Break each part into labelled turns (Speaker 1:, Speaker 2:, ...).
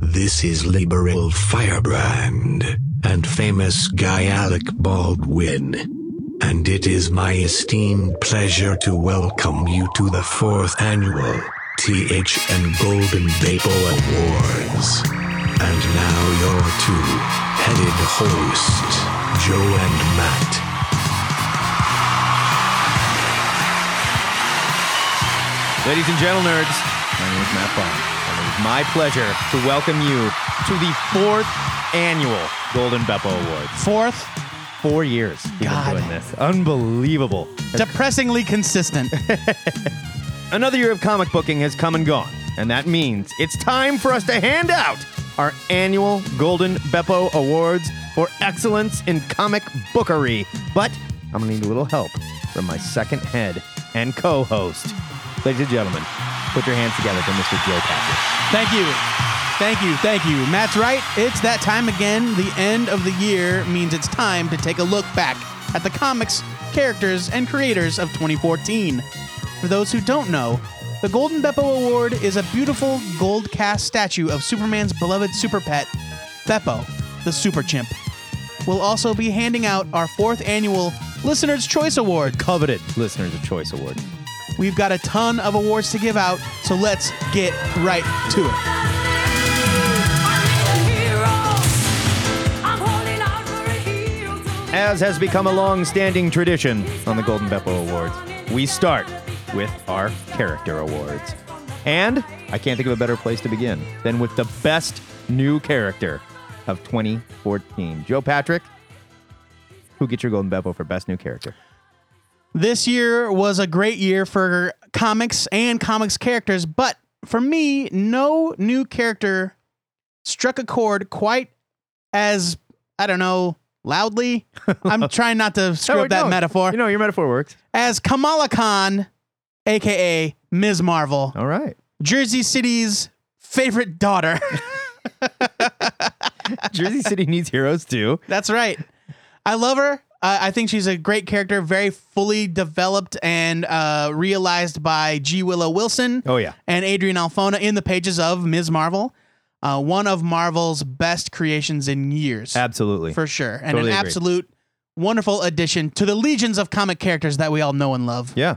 Speaker 1: This is liberal firebrand and famous guy Alec Baldwin. And it is my esteemed pleasure to welcome you to the fourth annual TH and Golden Vapor Awards. And now your two-headed hosts, Joe and Matt.
Speaker 2: Ladies and gentlemen, nerds, my name is Matt Baum, and it is my pleasure to welcome you to the fourth annual Golden Beppo Awards.
Speaker 3: Fourth,
Speaker 2: Four years we've
Speaker 3: God.
Speaker 2: been doing this. Unbelievable.
Speaker 3: depressingly consistent.
Speaker 2: Another year of comic booking has come and gone, and that means it's time for us to hand out our annual Golden Beppo Awards for excellence in comic bookery. But I'm gonna need a little help from my second head and co-host. Ladies and gentlemen, put your hands together for Mr. Joe Patrick.
Speaker 3: Thank you. Thank you. Thank you. Matt's right. It's that time again. The end of the year means it's time to take a look back at the comics, characters, and creators of 2014. For those who don't know, the Golden Beppo Award is a beautiful gold cast statue of Superman's beloved super pet, Beppo, the super chimp. We'll also be handing out our fourth annual Listener's Choice Award.
Speaker 2: coveted Listeners of Choice Award.
Speaker 3: We've got a ton of awards to give out, so let's get right to it.
Speaker 2: As has become a long standing tradition on the Golden Beppo Awards, we start with our character awards. And I can't think of a better place to begin than with the best new character of 2014. Joe Patrick, who gets your Golden Beppo for best new character?
Speaker 3: This year was a great year for comics and comics characters, but for me, no new character struck a chord quite as, I don't know, loudly. I'm trying not to screw up that
Speaker 2: Oh, No,
Speaker 3: metaphor.
Speaker 2: You know, your metaphor works.
Speaker 3: as Kamala Khan, aka Ms. Marvel,
Speaker 2: All right.
Speaker 3: Jersey City's favorite daughter.
Speaker 2: Jersey City needs heroes too.
Speaker 3: That's right. I love her. Uh, I think she's a great character, very fully developed and uh, realized by G. Willow Wilson
Speaker 2: Oh, yeah.
Speaker 3: and Adrian Alfona in the pages of Ms. Marvel, uh, one of Marvel's best creations in years,
Speaker 2: Absolutely.
Speaker 3: for sure, and
Speaker 2: Totally
Speaker 3: an
Speaker 2: agree.
Speaker 3: absolute wonderful addition to the legions of comic characters that we all know and love.
Speaker 2: yeah.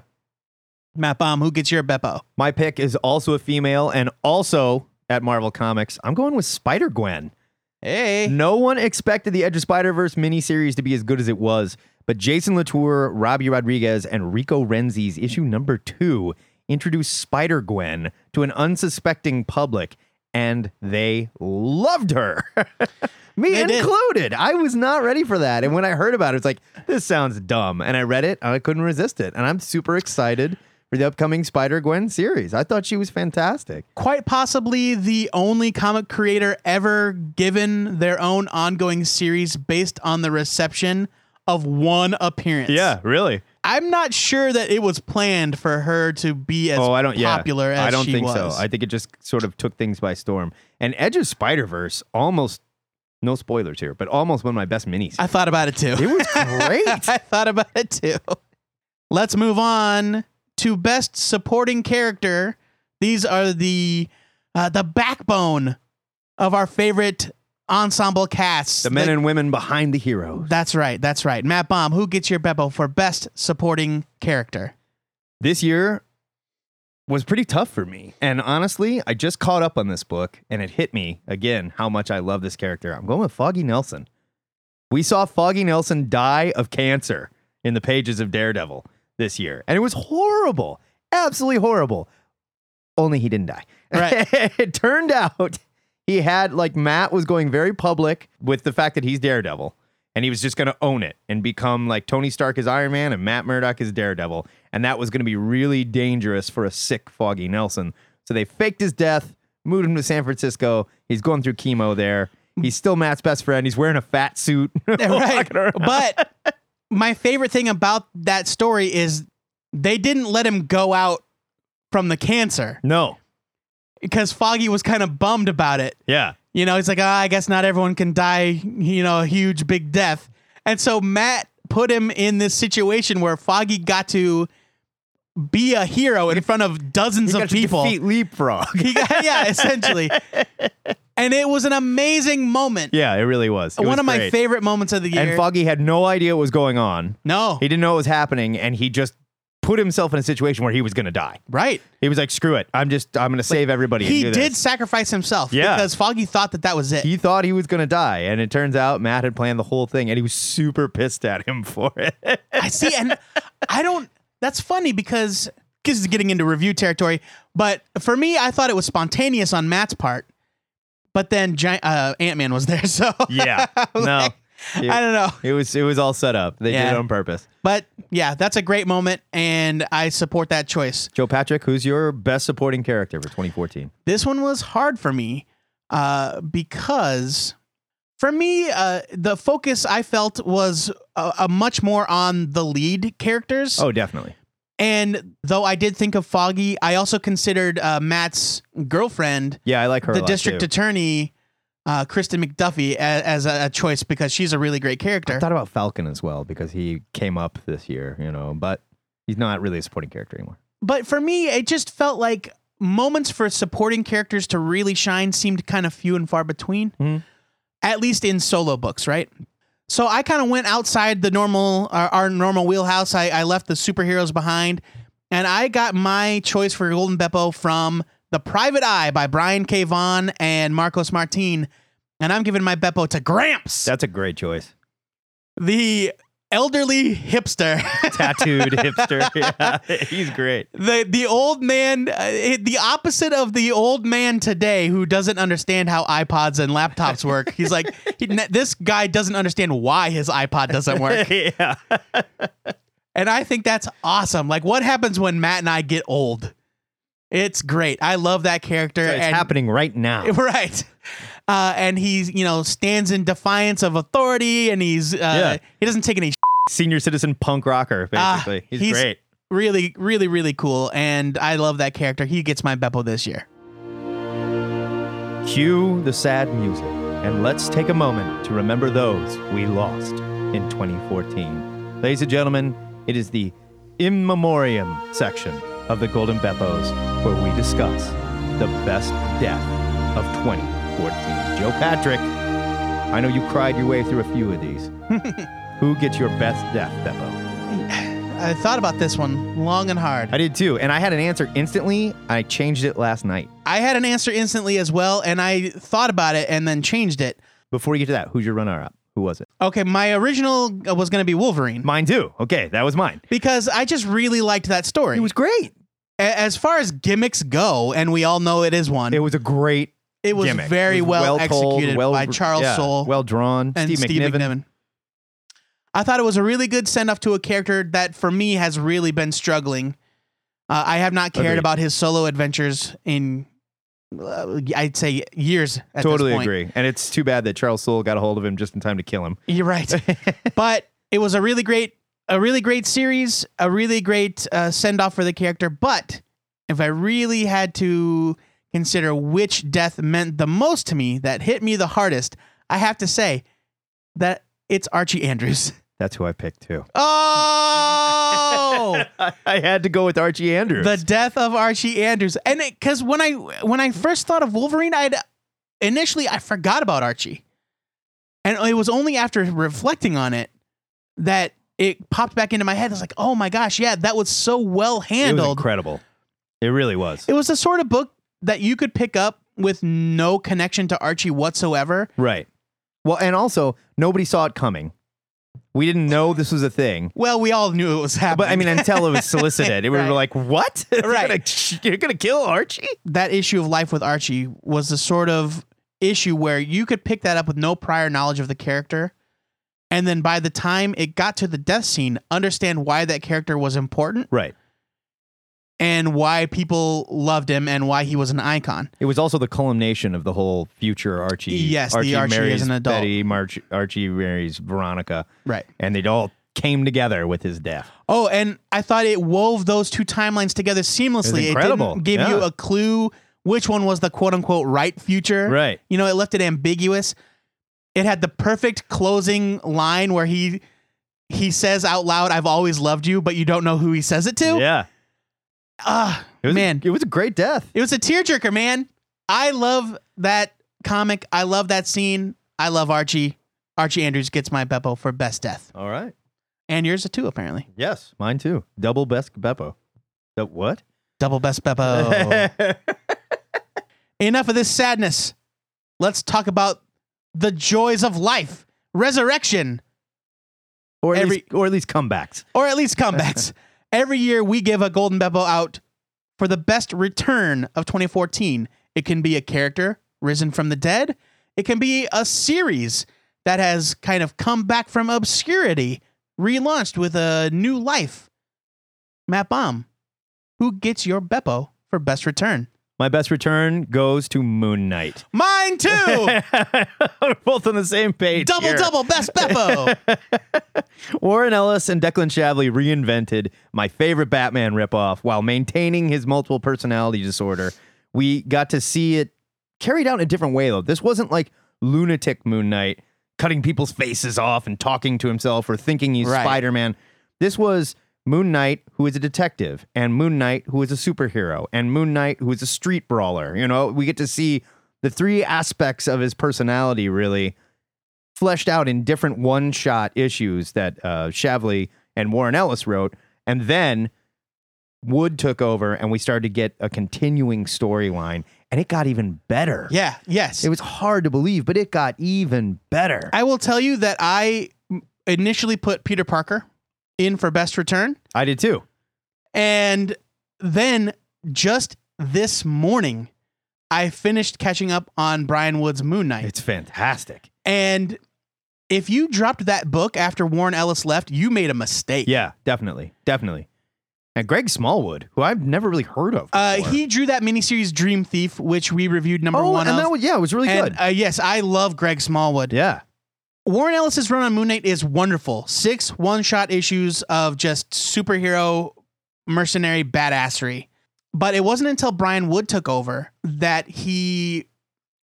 Speaker 3: Matt Baum, who gets your Beppo?
Speaker 2: My pick is also a female and also at Marvel Comics. I'm going with Spider Gwen.
Speaker 3: Hey,
Speaker 2: No one expected the Edge of Spider Verse miniseries to be as good as it was, but Jason Latour, Robbie Rodriguez, and Rico Renzi's issue number two introduced Spider Gwen to an unsuspecting public, and they loved her. Me
Speaker 3: They did.
Speaker 2: included. I was not ready for that. And when I heard about it, it's like, this sounds dumb. And I read it and I couldn't resist it. And I'm super excited for the upcoming Spider Gwen series. I thought she was fantastic.
Speaker 3: quite possibly the only comic creator ever given their own ongoing series based on the reception of one appearance.
Speaker 2: really.
Speaker 3: I'm not sure that it was planned for her to be as
Speaker 2: oh, I don't. Yeah,
Speaker 3: popular as
Speaker 2: I don't
Speaker 3: she
Speaker 2: think
Speaker 3: was.
Speaker 2: so. I think it just sort of took things by storm. And Edge of Spider Verse almost, no spoilers here, but almost one of my best minis.
Speaker 3: I thought about it too.
Speaker 2: it was great.
Speaker 3: I thought about it too. Let's move on to best supporting character. These are the uh, the backbone of our favorite ensemble casts.
Speaker 2: the men
Speaker 3: Like-
Speaker 2: and women behind the heroes.
Speaker 3: that's right. That's right. Matt Baum, who gets your Beppo for best supporting character?
Speaker 2: This year was pretty tough for me, and honestly, I just caught up on this book, and it hit me again how much I love this character. I'm going with Foggy Nelson. We saw Foggy Nelson die of cancer in the pages of Daredevil this year, and it was horrible, absolutely horrible. Only he didn't die.
Speaker 3: Right.
Speaker 2: it turned out he had, like, Matt was going very public with the fact that he's Daredevil, and he was just going to own it and become like Tony Stark is Iron Man and Matt Murdock is Daredevil. And that was going to be really dangerous for a sick Foggy Nelson. So they faked his death, moved him to San Francisco. He's going through chemo there. He's still Matt's best friend. He's wearing a fat suit.
Speaker 3: right.
Speaker 2: Walking around.
Speaker 3: But my favorite thing about that story is they didn't let him go out from the cancer
Speaker 2: no.
Speaker 3: because Foggy was kind of bummed about it.
Speaker 2: Yeah.
Speaker 3: You know, he's like, ah, I guess not everyone can die, you know, a huge big death. And so Matt put him in this situation where Foggy got to be a hero in front of dozens
Speaker 2: He
Speaker 3: of
Speaker 2: got to
Speaker 3: people.
Speaker 2: defeat Leapfrog.
Speaker 3: He got- yeah, essentially. and it was an amazing moment.
Speaker 2: Yeah, it really was. It
Speaker 3: One
Speaker 2: was
Speaker 3: of my
Speaker 2: great.
Speaker 3: favorite moments of the year.
Speaker 2: And Foggy had no idea what was going on.
Speaker 3: no,
Speaker 2: He didn't know what was happening, and he just put himself in a situation where he was going to die.
Speaker 3: right.
Speaker 2: He was like, "Screw it! I'm just I'm going to save everybody." and
Speaker 3: He
Speaker 2: do
Speaker 3: did
Speaker 2: this."
Speaker 3: sacrifice himself
Speaker 2: Yeah.
Speaker 3: because Foggy thought that that was it.
Speaker 2: He thought he was going to die, and it turns out Matt had planned the whole thing, and he was super pissed at him for it.
Speaker 3: I see, and I don't. That's funny because this is getting into review territory. But for me, I thought it was spontaneous on Matt's part. But then Gi- uh, Ant Man was there, so
Speaker 2: yeah, no, it,
Speaker 3: I don't know.
Speaker 2: it was it was all set up. They did
Speaker 3: Yeah.
Speaker 2: it on purpose.
Speaker 3: But yeah, that's a great moment, and I support that choice.
Speaker 2: Joe Patrick, who's your best supporting character for 2014?
Speaker 3: This one was hard for me uh, because for me, uh, the focus I felt was uh, uh, much more on the lead characters.
Speaker 2: Oh, definitely.
Speaker 3: And though I did think of Foggy, I also considered uh, Matt's girlfriend,
Speaker 2: Yeah, I like her. a
Speaker 3: the
Speaker 2: lot,
Speaker 3: district
Speaker 2: too.
Speaker 3: attorney, uh, Kristen McDuffie, as, as a, a choice because she's a really great character.
Speaker 2: I thought about Falcon as well because he came up this year, you know, but he's not really a supporting character anymore.
Speaker 3: but for me, it just felt like moments for supporting characters to really shine seemed kind of few and far between,
Speaker 2: Mhm.
Speaker 3: at least in solo books, right? So I kind of went outside the normal our, our normal wheelhouse. I, I left the superheroes behind, and I got my choice for Golden Beppo from The Private Eye by Brian K. Vaughan and Marcos Martin, and I'm giving my Beppo to Gramps,
Speaker 2: That's a great choice.
Speaker 3: the elderly hipster.
Speaker 2: Tattooed hipster. Yeah, he's great.
Speaker 3: the the old man uh, it- the opposite of the old man today who doesn't understand how iPods and laptops work. He's like he, n- this guy doesn't understand why his iPod doesn't work.
Speaker 2: yeah.
Speaker 3: And I think that's awesome. Like what happens when Matt and I get old? It's great. I love that character
Speaker 2: It's
Speaker 3: and
Speaker 2: happening right now.
Speaker 3: right. Uh, and he's, you know, stands in defiance of authority and he's uh,
Speaker 2: Yeah.
Speaker 3: he doesn't take any
Speaker 2: Senior citizen punk rocker,
Speaker 3: Ah,
Speaker 2: basically. he's,
Speaker 3: he's-
Speaker 2: great.
Speaker 3: really, really, really cool. And I love that character. He gets my Beppo this year.
Speaker 2: Cue the sad music, and let's take a moment to remember those we lost in 2014. Ladies and gentlemen, it is the In Memoriam section of the Golden Beppos where we discuss the best death of 2014. Joe Patrick, I know you cried your way through a few of these. Who gets your best death, Beppo?
Speaker 3: I thought about this one long and hard.
Speaker 2: I did too, and I had an answer instantly. I changed it last night.
Speaker 3: I had an answer instantly as well, and I thought about it and then changed it.
Speaker 2: Before you get to that, who's your runner up? Who was it?
Speaker 3: Okay, my original uh, was going to be Wolverine
Speaker 2: Mine too. Okay, that was mine.
Speaker 3: because I just really liked that story.
Speaker 2: great.
Speaker 3: A- as far as gimmicks go, and we all know it is one,
Speaker 2: It
Speaker 3: it,
Speaker 2: was a great
Speaker 3: was
Speaker 2: gimmick.
Speaker 3: very
Speaker 2: It was
Speaker 3: well,
Speaker 2: told,
Speaker 3: executed
Speaker 2: well-
Speaker 3: by Charles
Speaker 2: yeah,
Speaker 3: Soule
Speaker 2: well drawn.
Speaker 3: and
Speaker 2: Steve,
Speaker 3: Steve,
Speaker 2: McNiven.
Speaker 3: McNiven. I thought it was a really good send off to a character that for me has really been struggling. Uh, I have not cared
Speaker 2: Agreed.
Speaker 3: about his solo adventures in, uh, I'd say, years at
Speaker 2: Totally
Speaker 3: this point.
Speaker 2: agree. And it's too bad that Charles Soule got a hold of him just in time to kill him.
Speaker 3: You're right. but it was a really great, a really great series, a really great uh, send off for the character. But if I really had to consider which death meant the most to me, that hit me the hardest, I have to say that it's Archie Andrews.
Speaker 2: That's who I picked too.
Speaker 3: Oh,
Speaker 2: I, I had to go with Archie Andrews.
Speaker 3: the death of Archie Andrews, and because when I when I first thought of Wolverine, I'd initially I forgot about Archie, and it was only after reflecting on it that it popped back into my head. I was like, oh my gosh, yeah, that was so well
Speaker 2: it was
Speaker 3: handled.
Speaker 2: incredible. It really was.
Speaker 3: It was the sort of book that you could pick up with no connection to Archie whatsoever.
Speaker 2: right. Well, and also nobody saw it coming. We didn't know this was a thing.
Speaker 3: Well, we all knew it was happening.
Speaker 2: But I mean, until it was solicited, it we
Speaker 3: Right.
Speaker 2: were like, "What? You're
Speaker 3: Right.
Speaker 2: gonna- You're going to kill Archie?"
Speaker 3: that issue of life with Archie was the sort of issue where you could pick that up with no prior knowledge of the character. And then by the time it got to the death scene, understand why that character was important
Speaker 2: Right.
Speaker 3: and why people loved him and why he was an icon.
Speaker 2: It was also the culmination of the whole future Archie.
Speaker 3: Yes, the Archie as
Speaker 2: marries
Speaker 3: an adult.
Speaker 2: Betty, March, Archie marries Veronica,
Speaker 3: Right.
Speaker 2: and they all came together with his death.
Speaker 3: Oh, and I thought it wove those two timelines together seamlessly. didn't
Speaker 2: incredible.
Speaker 3: give you
Speaker 2: Yeah.
Speaker 3: a clue which one was the quote unquote right future.
Speaker 2: Right.
Speaker 3: You know, it left it ambiguous. It had the perfect closing line where he he says out loud, "I've always loved you," but you don't know who he says it to.
Speaker 2: Yeah,
Speaker 3: Ah,
Speaker 2: it was
Speaker 3: man,
Speaker 2: a, it was a great death.
Speaker 3: it was a tearjerker, man. I love that comic. I love that scene. I love Archie. Archie Andrews gets my Beppo for best death.
Speaker 2: All right.
Speaker 3: And yours too, apparently.
Speaker 2: Yes, mine too. Double best Beppo. The what?
Speaker 3: Double best Beppo. Enough of this sadness. Let's talk about the joys of life, resurrection,
Speaker 2: or at
Speaker 3: Every-
Speaker 2: least, or at least comebacks.
Speaker 3: or at least comebacks. Every year we give a Golden Beppo out for the best return of 2014. It can be a character risen from the dead, it can be a series that has kind of come back from obscurity, relaunched with a new life. Matt Bomb, who gets your Beppo for best return?
Speaker 2: My best return goes to Moon Knight.
Speaker 3: Mine too!
Speaker 2: We're both on the same page.
Speaker 3: double,
Speaker 2: here.
Speaker 3: double, best Beppo!
Speaker 2: Warren Ellis and Declan Shavley reinvented my favorite Batman ripoff while maintaining his multiple personality disorder. We got to see it carried out in a different way, though. This wasn't like lunatic Moon Knight cutting people's faces off and talking to himself or thinking he's
Speaker 3: Right.
Speaker 2: Spider Man. This was Moon Knight, who is a detective, and Moon Knight, who is a superhero, and Moon Knight, who is a street brawler. You know, we get to see the three aspects of his personality really fleshed out in different one shot issues that uh, Shavley and Warren Ellis wrote. And then Wood took over, and we started to get a continuing storyline, and it got even better.
Speaker 3: yeah, yes.
Speaker 2: It was hard to believe, but it got even better. I,
Speaker 3: I will tell you that I initially put Peter Parker in for best return.
Speaker 2: did too.
Speaker 3: And then just this morning, I finished catching up on Brian Wood's Moon Knight.
Speaker 2: It's fantastic.
Speaker 3: And if you dropped that book after Warren Ellis left, you made a mistake.
Speaker 2: Yeah, definitely. Definitely. And Greg Smallwood, who I've never really heard of.
Speaker 3: Uh,
Speaker 2: before.
Speaker 3: he drew that miniseries Dream Thief, which we reviewed number
Speaker 2: Oh,
Speaker 3: one
Speaker 2: and
Speaker 3: of.
Speaker 2: that was, yeah, it was really
Speaker 3: and
Speaker 2: good.
Speaker 3: uh, yes, I love Greg Smallwood.
Speaker 2: yeah.
Speaker 3: Warren Ellis's run on Moon Knight is wonderful. Six one-shot issues of just superhero mercenary badassery. But it wasn't until Brian Wood took over that he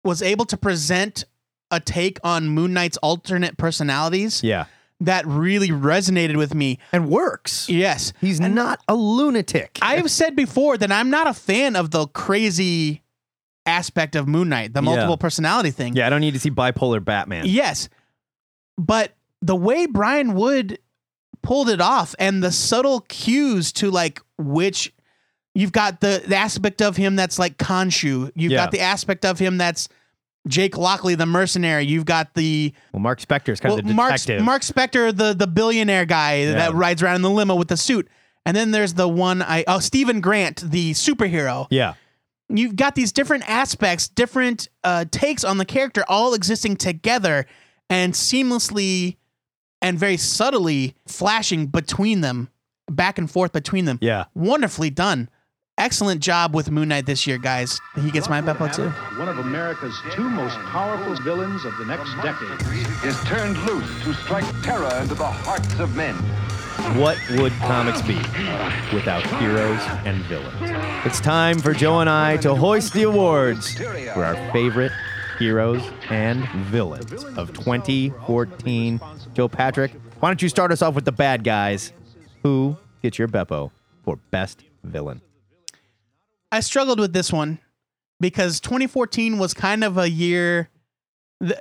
Speaker 3: was able to present a take on Moon Knight's alternate personalities
Speaker 2: Yeah.
Speaker 3: that really resonated with me.
Speaker 2: And works.
Speaker 3: Yes.
Speaker 2: He's not a lunatic.
Speaker 3: I have said before that I'm not a fan of the crazy aspect of Moon Knight, the
Speaker 2: Yeah.
Speaker 3: multiple personality thing.
Speaker 2: yeah, I don't need to see bipolar Batman.
Speaker 3: Yes. But the way Brian Wood pulled it off and the subtle cues to like which you've got the, the aspect of him that's like Khonshu. You've
Speaker 2: Yeah.
Speaker 3: got the aspect of him that's Jake Lockley, the mercenary. You've got the
Speaker 2: Well, Mark Spector's kind
Speaker 3: well,
Speaker 2: of the
Speaker 3: Mark,
Speaker 2: detective.
Speaker 3: Mark Spector, the the billionaire guy that rides around in the limo with the suit. And then there's the one I oh Stephen Grant, the superhero
Speaker 2: yeah.
Speaker 3: you've got these different aspects, different uh, takes on the character, all existing together and seamlessly and very subtly flashing between them, back and forth between them.
Speaker 2: Yeah.
Speaker 3: Wonderfully done. Excellent job with Moon Knight this year, guys. He gets my Beppo too.
Speaker 4: One of America's two most powerful villains of the next decade.
Speaker 5: is turned loose to strike terror into the hearts of men.
Speaker 2: What would comics be without heroes and villains? It's time for Joe and I to hoist the awards for our favorite heroes and villains of 2014. Joe Patrick, why don't you start us off with the bad guys? Who gets your Beppo for best villain?
Speaker 3: I struggled with this one because 2014 was kind of a year. Th-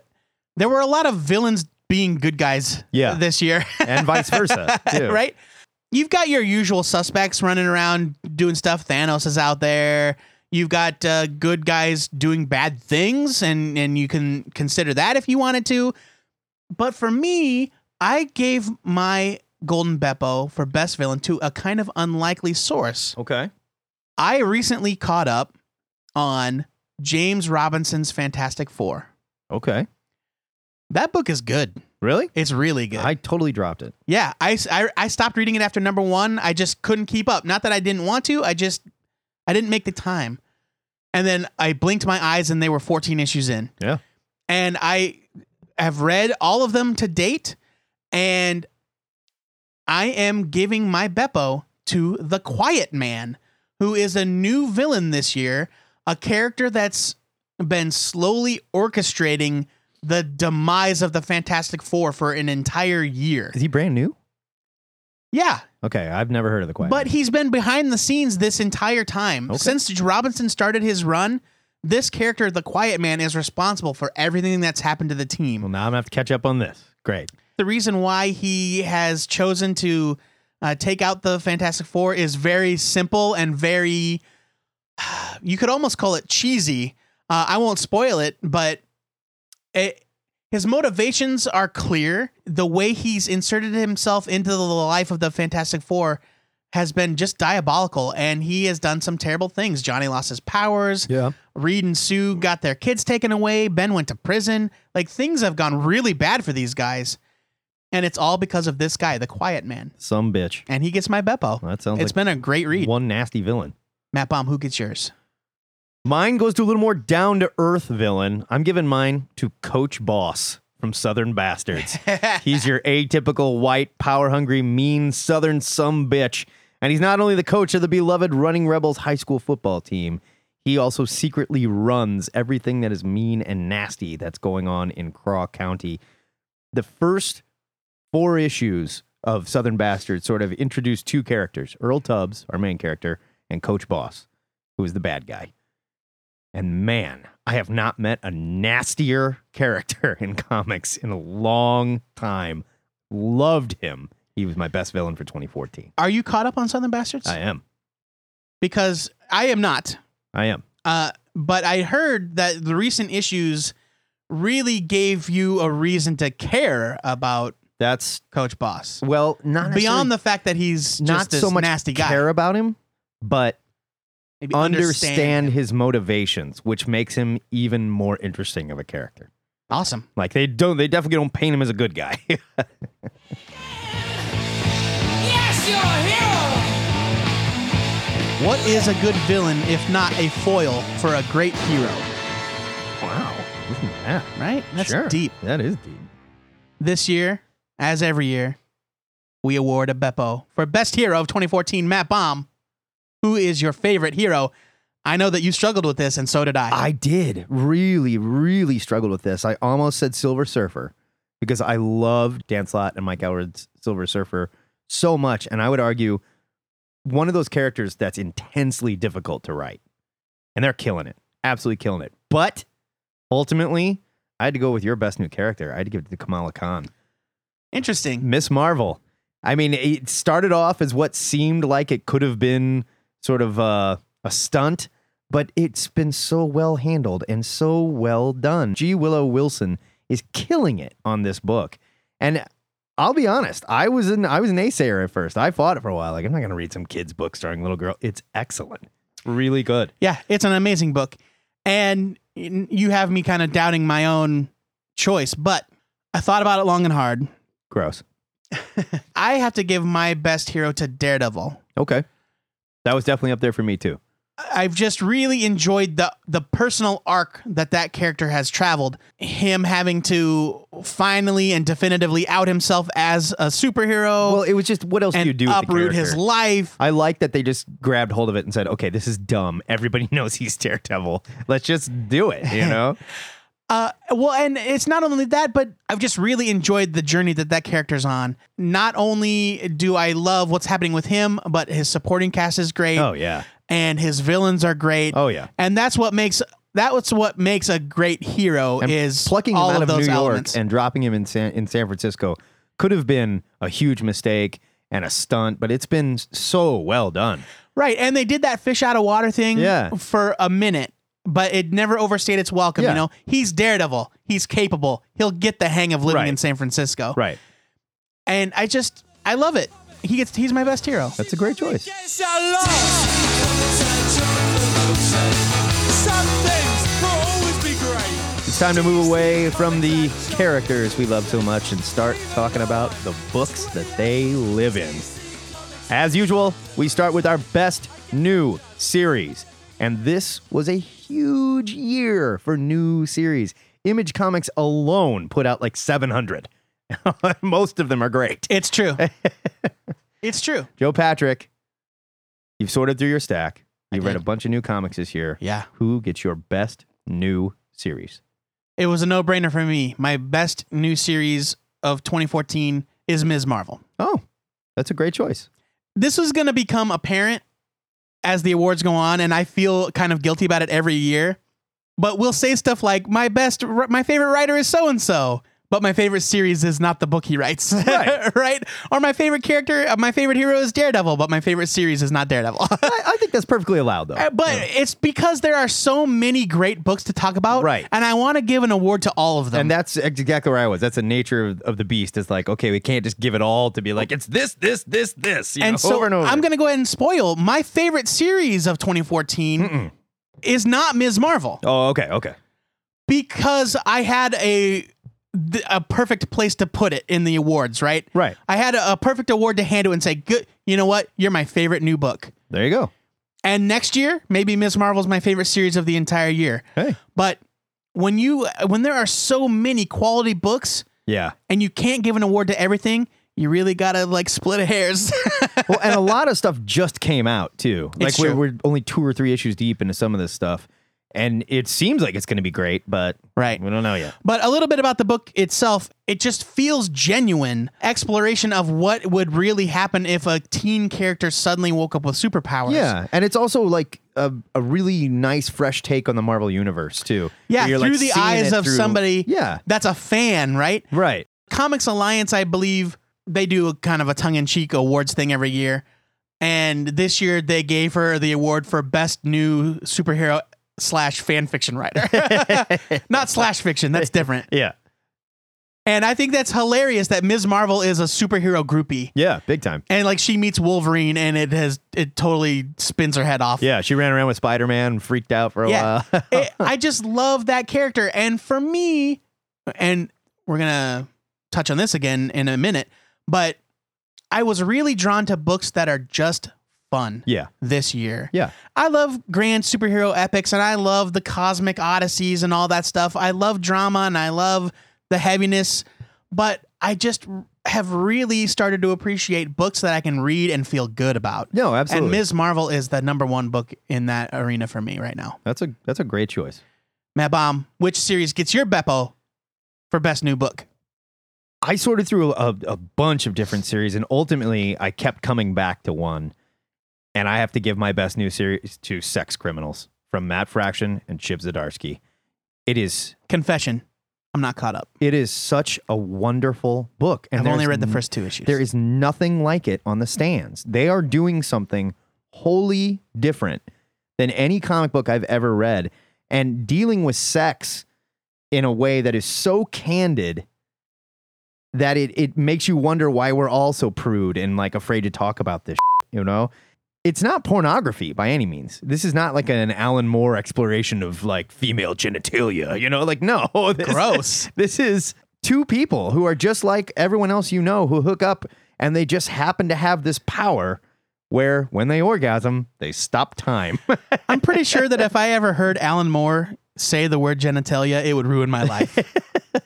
Speaker 3: there were a lot of villains being good guys
Speaker 2: Yeah.
Speaker 3: this year.
Speaker 2: And vice versa, too.
Speaker 3: right? You've got your usual suspects running around doing stuff. Thanos is out there. You've got uh, good guys doing bad things, and and you can consider that if you wanted to. But for me, I gave my Golden Beppo for best villain to a kind of unlikely source.
Speaker 2: Okay.
Speaker 3: I recently caught up on James Robinson's Fantastic Four.
Speaker 2: Okay.
Speaker 3: That book is good.
Speaker 2: Really?
Speaker 3: It's really good.
Speaker 2: I totally dropped it.
Speaker 3: Yeah, I, I, I stopped reading it after number one. I just couldn't keep up. Not that I didn't want to, I just I didn't make the time. And then I blinked my eyes and they were 14 issues in.
Speaker 2: Yeah.
Speaker 3: And I have read all of them to date. And I am giving my Beppo to The Quiet Man, who is a new villain this year, a character that's been slowly orchestrating the demise of the Fantastic Four for an entire year.
Speaker 2: Is he brand new?
Speaker 3: Yeah,
Speaker 2: Okay, I've never heard of the Quiet.
Speaker 3: but
Speaker 2: Man.
Speaker 3: he's been behind the scenes this entire time
Speaker 2: Okay.
Speaker 3: since Robinson started his run. This character, the Quiet Man, is responsible for everything that's happened to the team.
Speaker 2: Well, now I'm gonna have to catch up on this. Great.
Speaker 3: the reason why he has chosen to uh, take out the Fantastic Four is very simple and very, you could almost call it cheesy. Uh, I won't spoil it, but it, his motivations are clear. The way he's inserted himself into the life of the Fantastic Four has been just diabolical, and he has done some terrible things. Johnny lost his powers.
Speaker 2: Yeah.
Speaker 3: Reed and Sue got their kids taken away. Ben went to prison. Like things have gone really bad for these guys. And it's all because of this guy, the quiet man.
Speaker 2: Some bitch.
Speaker 3: And he gets my Beppo.
Speaker 2: That sounds
Speaker 3: It's
Speaker 2: like
Speaker 3: been a great read.
Speaker 2: one nasty villain.
Speaker 3: Matt Bomb, who gets yours?
Speaker 2: Mine goes to a little more down to earth villain. I'm giving mine to Coach Boss from Southern Bastards. he's your atypical white, power hungry, mean Southern some bitch. And he's not only the coach of the beloved Running Rebels high school football team, he also secretly runs everything that is mean and nasty that's going on in Craw County. The first four issues of Southern Bastards sort of introduce two characters Earl Tubbs, our main character, and Coach Boss, who is the bad guy. And man, I have not met a nastier character in comics in a long time. Loved him. He was my best villain for 2014.
Speaker 3: Are you caught up on Southern Bastards?
Speaker 2: I am.
Speaker 3: because I am not.
Speaker 2: I am.
Speaker 3: Uh, but I heard that the recent issues really gave you a reason to care about
Speaker 2: That's
Speaker 3: Coach Boss.
Speaker 2: well, not necessarily-
Speaker 3: Beyond the fact that he's
Speaker 2: not
Speaker 3: just this
Speaker 2: so much
Speaker 3: nasty guy,
Speaker 2: care about him, but
Speaker 3: Maybe
Speaker 2: understand his motivations, which makes him even more interesting of a character.
Speaker 3: Awesome.
Speaker 2: Like they don't, they definitely don't paint him as a good guy.
Speaker 6: Yes, you're a hero!
Speaker 3: What is a good villain if not a foil for a great hero?
Speaker 2: wow, isn't that
Speaker 3: Right? That's
Speaker 2: Sure.
Speaker 3: deep.
Speaker 2: That is deep.
Speaker 3: This year, as every year, we award a Beppo for Best Hero of 2014, Matt Baum. Who is your favorite hero? I know that you struggled with this, and so did I.
Speaker 2: I did really, really struggled with this. I almost said Silver Surfer because I love Dan Slott and Mike Elrod's Silver Surfer so much. And I would argue one of those characters that's intensely difficult to write. And they're killing it, absolutely killing it. But ultimately, I had to go with your best new character. I had to give it to Kamala Khan.
Speaker 3: Interesting.
Speaker 2: Miss Marvel. I mean, it started off as what seemed like it could have been sort of uh, a stunt, but it's been so well handled and so well done. G. Willow Wilson is killing it on this book, and I'll be honest, I was an I was an naysayer at first. I fought it for a while. Like, I'm not going to read some kids' book starring little girl. It's excellent. It's really good.
Speaker 3: Yeah, it's an amazing book. And you have me kind of doubting my own choice, but I thought about it long and hard.
Speaker 2: Gross.
Speaker 3: I have to give my best hero to Daredevil.
Speaker 2: Okay, that was definitely up there for me too.
Speaker 3: I've just really enjoyed the the personal arc that that character has traveled. Him having to finally and definitively out himself as a superhero
Speaker 2: Well, it was just what else do
Speaker 3: and
Speaker 2: you do? with the
Speaker 3: uproot his
Speaker 2: character?
Speaker 3: life.
Speaker 2: I like that they just grabbed hold of it and said, "Okay, this is dumb. Everybody knows he's Daredevil. Let's just do it." You know?
Speaker 3: Uh, well, and it's not only that, but I've just really enjoyed the journey that that character's on. Not only do I love what's happening with him, but his supporting cast is great.
Speaker 2: oh yeah.
Speaker 3: and his villains are great.
Speaker 2: Oh, yeah.
Speaker 3: and that's what makes that's what makes a great hero
Speaker 2: And
Speaker 3: is
Speaker 2: plucking him
Speaker 3: all
Speaker 2: out
Speaker 3: of
Speaker 2: of,
Speaker 3: those
Speaker 2: New York
Speaker 3: elements.
Speaker 2: and dropping him in San in San Francisco could have been a huge mistake and a stunt, but it's been so well done.
Speaker 3: Right, and they did that fish out of water thing
Speaker 2: Yeah.
Speaker 3: for a minute, but it never overstayed its welcome.
Speaker 2: Yeah.
Speaker 3: You know, he's Daredevil. He's capable. He'll get the hang of living
Speaker 2: Right.
Speaker 3: in San Francisco.
Speaker 2: Right.
Speaker 3: And I just, I love it. He gets, he's my best hero.
Speaker 2: That's a great choice.
Speaker 6: Yes, I Some things will always be great.
Speaker 2: It's time to move away from the characters we love so much and start talking about the books that they live in. As usual, we start with our best new series. And this was a huge year for new series. Image Comics alone put out like 700. Most of them are great.
Speaker 3: It's true. it's true.
Speaker 2: Joe Patrick, you've sorted through your stack. You've read
Speaker 3: did.
Speaker 2: a bunch of new comics this year.
Speaker 3: Yeah.
Speaker 2: Who gets your best new series?
Speaker 3: It was a no brainer for me. My best new series of 2014 is Ms. Marvel.
Speaker 2: Oh, that's a great choice.
Speaker 3: this was going to become apparent as the awards go on and i feel kind of guilty about it every year but we'll say stuff like my best r- my favorite writer is so and so but my favorite series is not the book he writes
Speaker 2: Right.
Speaker 3: right or my favorite character uh, my favorite hero is daredevil but my favorite series is not daredevil
Speaker 2: I, I think that's perfectly allowed, though.
Speaker 3: Uh, But it's because there are so many great books to talk about,
Speaker 2: Right.
Speaker 3: And I want to give an award to all of them.
Speaker 2: and that's ex- exactly where I was. That's the nature of, of the beast. It's like, okay, we can't just give it all to be like, it's this, this, this, this. You
Speaker 3: and
Speaker 2: know,
Speaker 3: so
Speaker 2: over and over.
Speaker 3: I'm going to go ahead and spoil my favorite series of 2014 is not Ms. Marvel
Speaker 2: Oh, okay, okay.
Speaker 3: because I had a th- a perfect place to put it in the awards, right?
Speaker 2: Right.
Speaker 3: I had a, a perfect award to hand it and say, "Good, you know what? You're my favorite new book."
Speaker 2: There you go.
Speaker 3: And next year, maybe Ms. Marvel's my favorite series of the entire year.
Speaker 2: Hey.
Speaker 3: But when you when there are so many quality books,
Speaker 2: Yeah.
Speaker 3: and you can't give an award to everything, you really gotta like split hairs.
Speaker 2: well, and a lot of stuff just came out too. Like
Speaker 3: It's
Speaker 2: we're,
Speaker 3: true.
Speaker 2: we're only two or three issues deep into some of this stuff, and it seems like it's going to be great, but
Speaker 3: Right.
Speaker 2: we don't know yet.
Speaker 3: but a little bit about the book itself, it just feels genuine exploration of what would really happen if a teen character suddenly woke up with superpowers.
Speaker 2: Yeah, and it's also like a, a really nice, fresh take on the Marvel universe too.
Speaker 3: Yeah,
Speaker 2: Where you're,
Speaker 3: through
Speaker 2: like,
Speaker 3: the
Speaker 2: seeing
Speaker 3: eyes
Speaker 2: it
Speaker 3: of
Speaker 2: through-
Speaker 3: somebody
Speaker 2: Yeah,
Speaker 3: that's a fan, right?
Speaker 2: right.
Speaker 3: Comics Alliance, I believe, they do a kind of a tongue in cheek awards thing every year. And this year they gave her the award for best new superhero slash fan fiction writer. Not slash fiction, that's different.
Speaker 2: Yeah,
Speaker 3: And I think that's hilarious that Ms. Marvel is a superhero groupie.
Speaker 2: yeah, big time.
Speaker 3: And like she meets Wolverine and it has it totally spins her head off.
Speaker 2: Yeah, she ran around with Spider Man, freaked out for a
Speaker 3: Yeah.
Speaker 2: while.
Speaker 3: It- I just love that character. And for me, and we're gonna touch on this again in a minute, but I was really drawn to books that are just fun
Speaker 2: yeah,
Speaker 3: this year.
Speaker 2: yeah,
Speaker 3: I love grand superhero epics and I love the cosmic odysseys and all that stuff. I love drama and I love the heaviness, but I just r- have really started to appreciate books that I can read and feel good about.
Speaker 2: No, absolutely.
Speaker 3: And Ms. Marvel is the number one book in that arena for me right now.
Speaker 2: That's a that's a great choice.
Speaker 3: Matt Baum, which series gets your Beppo for best new book?
Speaker 2: I sorted through a, a bunch of different series, and ultimately, I kept coming back to one. And I have to give my best new series to Sex Criminals from Matt Fraction and Chip Zdarsky. It is
Speaker 3: Confession. I'm not caught up.
Speaker 2: it is such a wonderful book, and
Speaker 3: I've only
Speaker 2: there's
Speaker 3: read the
Speaker 2: n-
Speaker 3: first two issues.
Speaker 2: There is nothing like it on the stands. They are doing something wholly different than any comic book I've ever read and dealing with sex in a way that is so candid that it, it makes you wonder why we're all so prude and like afraid to talk about this, you know? It's not pornography by any means. This is not like an Alan Moore exploration of like female genitalia, you know? Like, no. this-
Speaker 3: Gross.
Speaker 2: this is two people who are just like everyone else you know who hook up and they just happen to have this power where when they orgasm, they stop time.
Speaker 3: I'm pretty sure that if I ever heard Alan Moore say the word genitalia, it would ruin my life.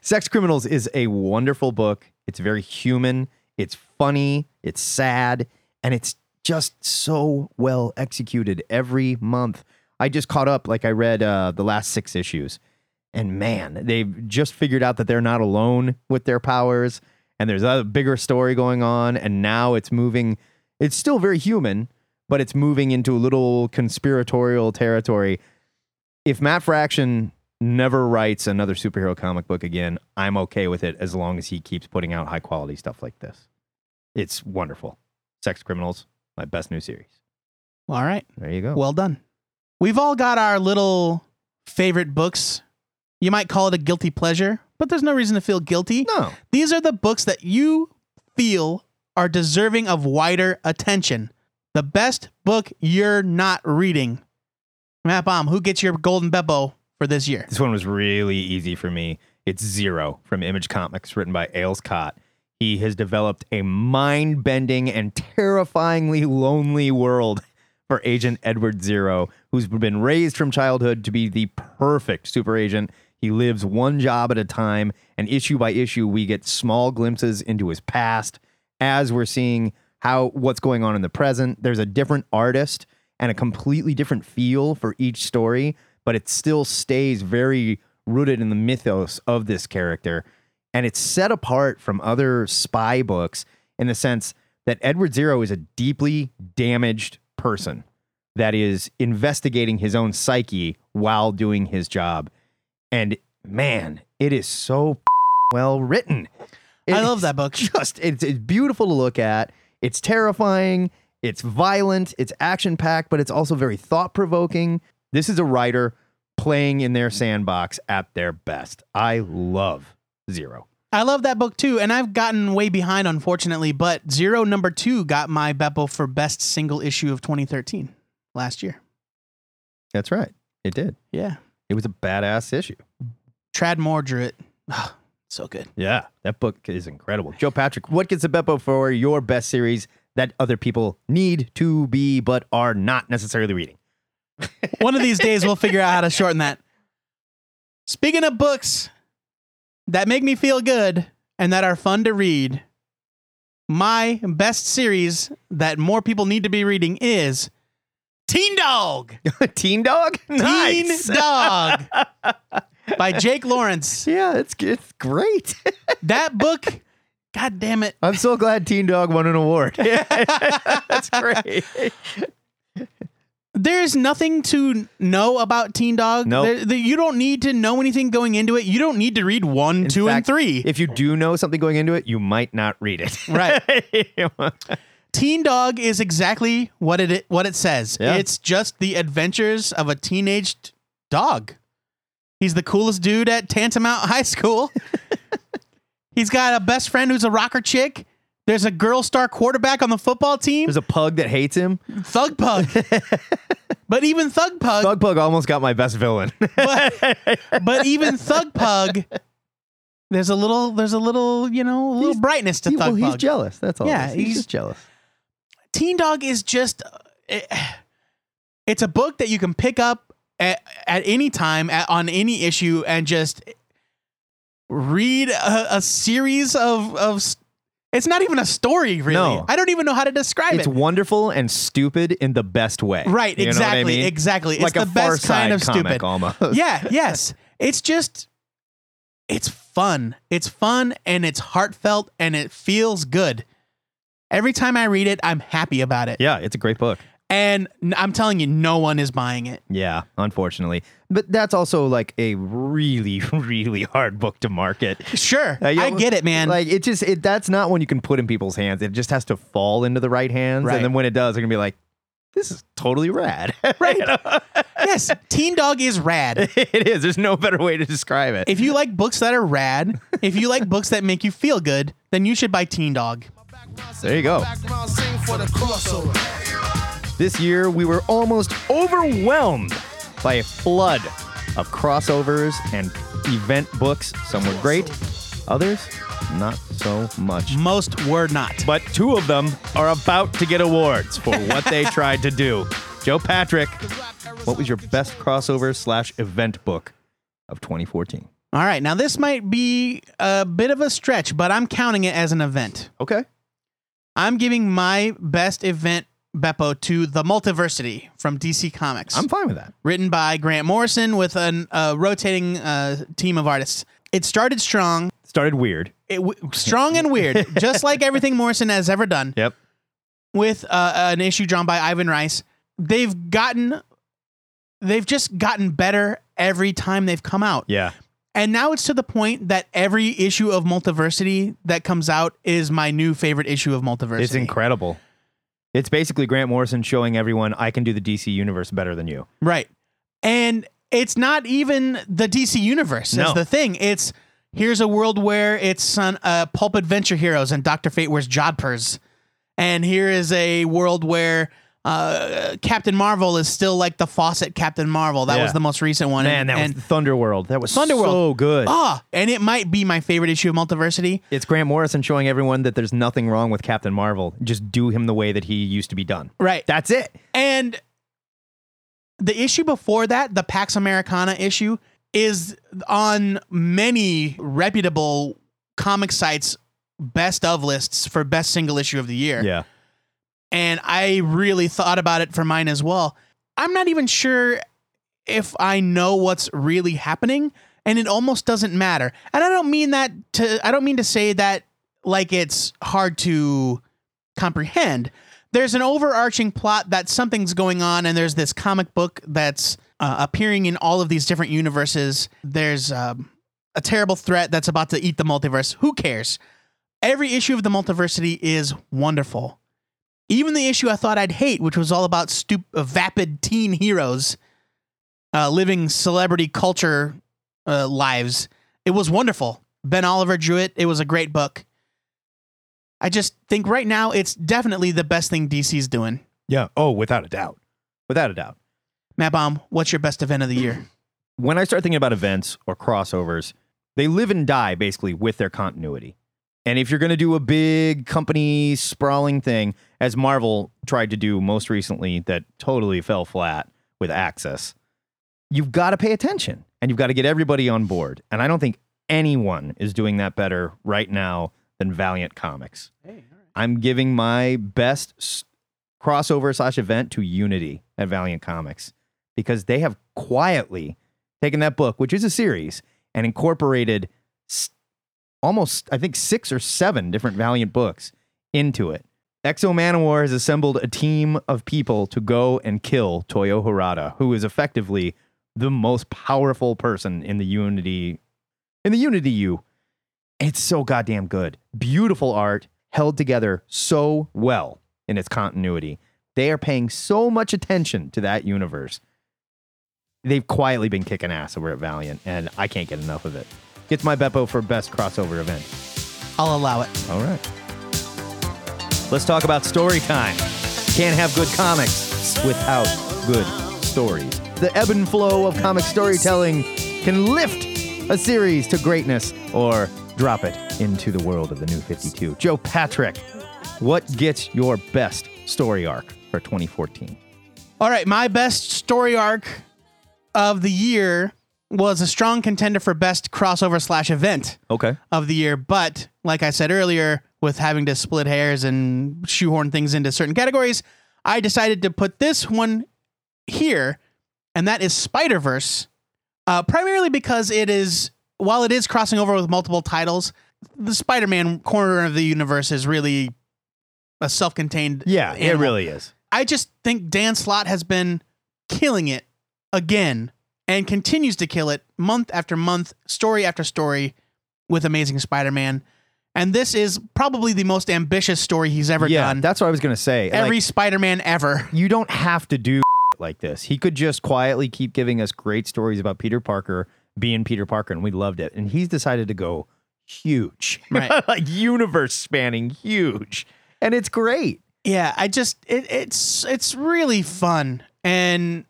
Speaker 2: Sex Criminals is a wonderful book. It's very human, it's funny, it's sad, and it's just so well executed every month. I just caught up, like I read uh, the last six issues, and man, they've just figured out that they're not alone with their powers, and there's a bigger story going on, and now it's moving. It's still very human, but it's moving into a little conspiratorial territory if Matt Fraction never writes another superhero comic book again, I'm okay with it as long as he keeps putting out high quality stuff like this. It's wonderful. Sex Criminals, my best new series.
Speaker 3: All right.
Speaker 2: There you go.
Speaker 3: Well done. We've all got our little favorite books. You might call it a guilty pleasure, but there's no reason to feel guilty.
Speaker 2: no.
Speaker 3: These are the books that you feel are deserving of wider attention. The best book you're not reading. Matt Baum, who gets your Golden Beppo for this year?
Speaker 2: This one was really easy for me. It's Zero from Image Comics, written by Ailes Cott. He has developed a mind bending and terrifyingly lonely world for Agent Edward Zero, who's been raised from childhood to be the perfect super agent. He lives one job at a time, and issue by issue, we get small glimpses into his past as we're seeing how what's going on in the present. There's a different artist and a completely different feel for each story, but it still stays very rooted in the mythos of this character. And it's set apart from other spy books in the sense that Edward Zero is a deeply damaged person that is investigating his own psyche while doing his job. And man, it is so well written.
Speaker 3: I
Speaker 2: It
Speaker 3: love
Speaker 2: is
Speaker 3: that book.
Speaker 2: Just it's, it's beautiful to look at. It's terrifying. It's violent. It's action packed, but it's also very thought provoking. This is a writer playing in their sandbox at their best. I love Zero.
Speaker 3: I love that book too, and I've gotten way behind, unfortunately. But Zero Number Two got my Beppo for Best Single Issue of 2013 last year.
Speaker 2: That's right. It did.
Speaker 3: Yeah,
Speaker 2: It was a badass issue.
Speaker 3: Trad Moore drew it. Ah, so good.
Speaker 2: Yeah, that book is incredible. Joe Patrick, what gets a Beppo for your best series that other people need to be but are not necessarily reading?
Speaker 3: One of these days, we'll figure out how to shorten that. Speaking of books that make me feel good and that are fun to read, my best series that more people need to be reading is Teen Dog.
Speaker 2: Teen Dog? Nice.
Speaker 3: Teen Dog by Jake Lawrence.
Speaker 2: Yeah, it's it's great.
Speaker 3: That book, god damn it.
Speaker 2: I'm so glad Teen Dog won an award. That's great.
Speaker 3: There is nothing to know about Teen Dog.
Speaker 2: Nope.
Speaker 3: There- there- you don't need to know anything going into it. You don't need to read one, two, and three.
Speaker 2: If you do know something going into it, you might not read it.
Speaker 3: Right.
Speaker 2: Right.
Speaker 3: Teen Dog is exactly what it what it says.
Speaker 2: Yeah.
Speaker 3: It's just the adventures of a teenage t- dog. He's the coolest dude at Tantamount High School. He's got a best friend who's a rocker chick. There's a girl star quarterback on the football team.
Speaker 2: There's a pug that hates him.
Speaker 3: Thug Pug. but even Thug Pug,
Speaker 2: Thug Pug almost got my best villain.
Speaker 3: but, but even Thug Pug, there's a little there's a little, you know, a little
Speaker 2: He's-
Speaker 3: brightness to
Speaker 2: He-
Speaker 3: Thug
Speaker 2: well,
Speaker 3: Pug.
Speaker 2: he's jealous. That's all.
Speaker 3: Yeah,
Speaker 2: Yeah, he's,
Speaker 3: he's-
Speaker 2: just jealous.
Speaker 3: Teen Dog is just it- it's a book that you can pick up at, at any time at, on any issue and just read a, a series of of s- it's not even a story really.
Speaker 2: No.
Speaker 3: I don't even know how to describe
Speaker 2: It's
Speaker 3: it.
Speaker 2: wonderful and stupid in the best way.
Speaker 3: Right,
Speaker 2: You know what I
Speaker 3: exactly,
Speaker 2: mean?
Speaker 3: exactly. It's
Speaker 2: Like
Speaker 3: the
Speaker 2: a Far
Speaker 3: best kind
Speaker 2: Side
Speaker 3: of
Speaker 2: comic
Speaker 3: stupid.
Speaker 2: almost.
Speaker 3: yeah, yes. It's just it's fun. It's fun and it's heartfelt and it feels good. Every time I read it, I'm happy about it.
Speaker 2: Yeah, it's a great book.
Speaker 3: And n- I'm telling you, no one is buying it.
Speaker 2: Yeah, unfortunately. But that's also like a really, really hard book to market.
Speaker 3: Sure.
Speaker 2: Uh, you
Speaker 3: I
Speaker 2: know,
Speaker 3: get it, man.
Speaker 2: Like it just it that's not one you can put in people's hands. It just has to fall into the right hands.
Speaker 3: Right.
Speaker 2: And then when it does, they're gonna be like, This is totally rad. Right.
Speaker 3: yes, Teen Dog is rad.
Speaker 2: it is. There's no better way to describe it.
Speaker 3: If you like books that are rad, if you like books that make you feel good, then you should buy Teen Dog.
Speaker 2: There you go.
Speaker 6: Background sing for the crossover.
Speaker 2: This year we were almost overwhelmed by a flood of crossovers and event books. Some were great, others not so much.
Speaker 3: Most were not.
Speaker 2: but two of them are about to get awards for what they tried to do. Joe Patrick, what was your best crossover slash event book of 2014?
Speaker 3: All right, now this might be a bit of a stretch, but I'm counting it as an event.
Speaker 2: Okay.
Speaker 3: I'm giving my best event Beppo to The Multiversity from DC Comics.
Speaker 2: I'm fine with that.
Speaker 3: written by Grant Morrison with an- a rotating uh, team of artists. It started strong,
Speaker 2: Started weird.
Speaker 3: it w- strong and weird, just like everything Morrison has ever done.
Speaker 2: Yep.
Speaker 3: with uh, an issue drawn by Ivan Rice. They've gotten, they've just gotten better every time they've come out.
Speaker 2: Yeah.
Speaker 3: And now it's to the point that every issue of Multiversity that comes out is my new favorite issue of Multiversity.
Speaker 2: It's incredible. It's basically Grant Morrison showing everyone I can do the DC universe better than you.
Speaker 3: Right. And it's not even the DC universe is
Speaker 2: No.
Speaker 3: the thing. It's here's a world where it's on uh, pulp adventure heroes and Doctor Fate wears jodhpurs, and here is a world where uh, Captain Marvel is still like the faucet Captain Marvel. That
Speaker 2: Yeah.
Speaker 3: was the most recent one.
Speaker 2: Man,
Speaker 3: and,
Speaker 2: that
Speaker 3: and
Speaker 2: was Thunderworld. That was
Speaker 3: Thunderworld.
Speaker 2: so good.
Speaker 3: Ah, and it might be my favorite issue of Multiversity.
Speaker 2: It's Grant Morrison showing everyone that there's nothing wrong with Captain Marvel. Just do him the way that he used to be done.
Speaker 3: Right.
Speaker 2: That's it.
Speaker 3: And the issue before that, the Pax Americana issue, is on many reputable comic sites best of lists for best single issue of the year.
Speaker 2: Yeah.
Speaker 3: And I really thought about it for mine as well. I'm not even sure if I know what's really happening and it almost doesn't matter. And I don't mean that to I don't mean to say that like it's hard to comprehend. there's an overarching plot that something's going on, and there's this comic book that's uh, appearing in all of these different universes. There's um, a terrible threat that's about to eat the multiverse. Who cares? Every issue of the multiversity is wonderful. Even the issue I thought I'd hate, which was all about stup- uh, vapid teen heroes uh, living celebrity culture uh, lives, it was wonderful. Ben Oliver drew it. It was a great book. I just think right now it's definitely the best thing DC's doing.
Speaker 2: Yeah. Oh, without a doubt. Without a doubt.
Speaker 3: Matt Baum, what's your best event of the year?
Speaker 2: When I start thinking about events or crossovers, they live and die basically with their continuity. And if you're going to do a big company sprawling thing, as Marvel tried to do most recently, that totally fell flat with Access, you've got to pay attention and you've got to get everybody on board. And I don't think anyone is doing that better right now than Valiant Comics. I'm giving my best s- crossover slash event to Unity at Valiant Comics because they have quietly taken that book, which is a series, and incorporated s- almost, I think, six or seven different Valiant books into it. Exo Manowar has assembled a team of people to go and kill Toyo Harada, who is effectively the most powerful person in the Unity in the Unity U. It's so goddamn good. Beautiful art held together so well in its continuity. They are paying so much attention to that universe. They've quietly been kicking ass over at Valiant, and I can't get enough of it. Gets my Beppo for best crossover event.
Speaker 3: I'll allow it.
Speaker 2: All right. Let's talk about story time. Can't have good comics without good stories. The ebb and flow of comic storytelling can lift a series to greatness or drop it into the world of the new 52. Joe Patrick, what gets your best story arc for 2014?
Speaker 3: All right, my best story arc of the year was a strong contender for best crossover slash event
Speaker 2: Okay.
Speaker 3: of the year, but like I said earlier, with having to split hairs and shoehorn things into certain categories, I decided to put this one here, and that is Spider Verse, uh, primarily because it is while it is crossing over with multiple titles, the Spider Man corner of the universe is really a self contained.
Speaker 2: Yeah, it really is.
Speaker 3: I just think Dan Slott has been killing it again and continues to kill it month after month, story after story with Amazing Spider Man. And this is probably the most ambitious story he's ever
Speaker 2: Yeah,
Speaker 3: done.
Speaker 2: that's what I was going to say. Like-
Speaker 3: Every Spider Man ever.
Speaker 2: you don't have to do like this. He could just quietly keep giving us great stories about Peter Parker being Peter Parker, and we loved it. And he's decided to go huge,
Speaker 3: Right.
Speaker 2: like universe spanning, huge, and it's great.
Speaker 3: Yeah, I just it, it's it's really fun and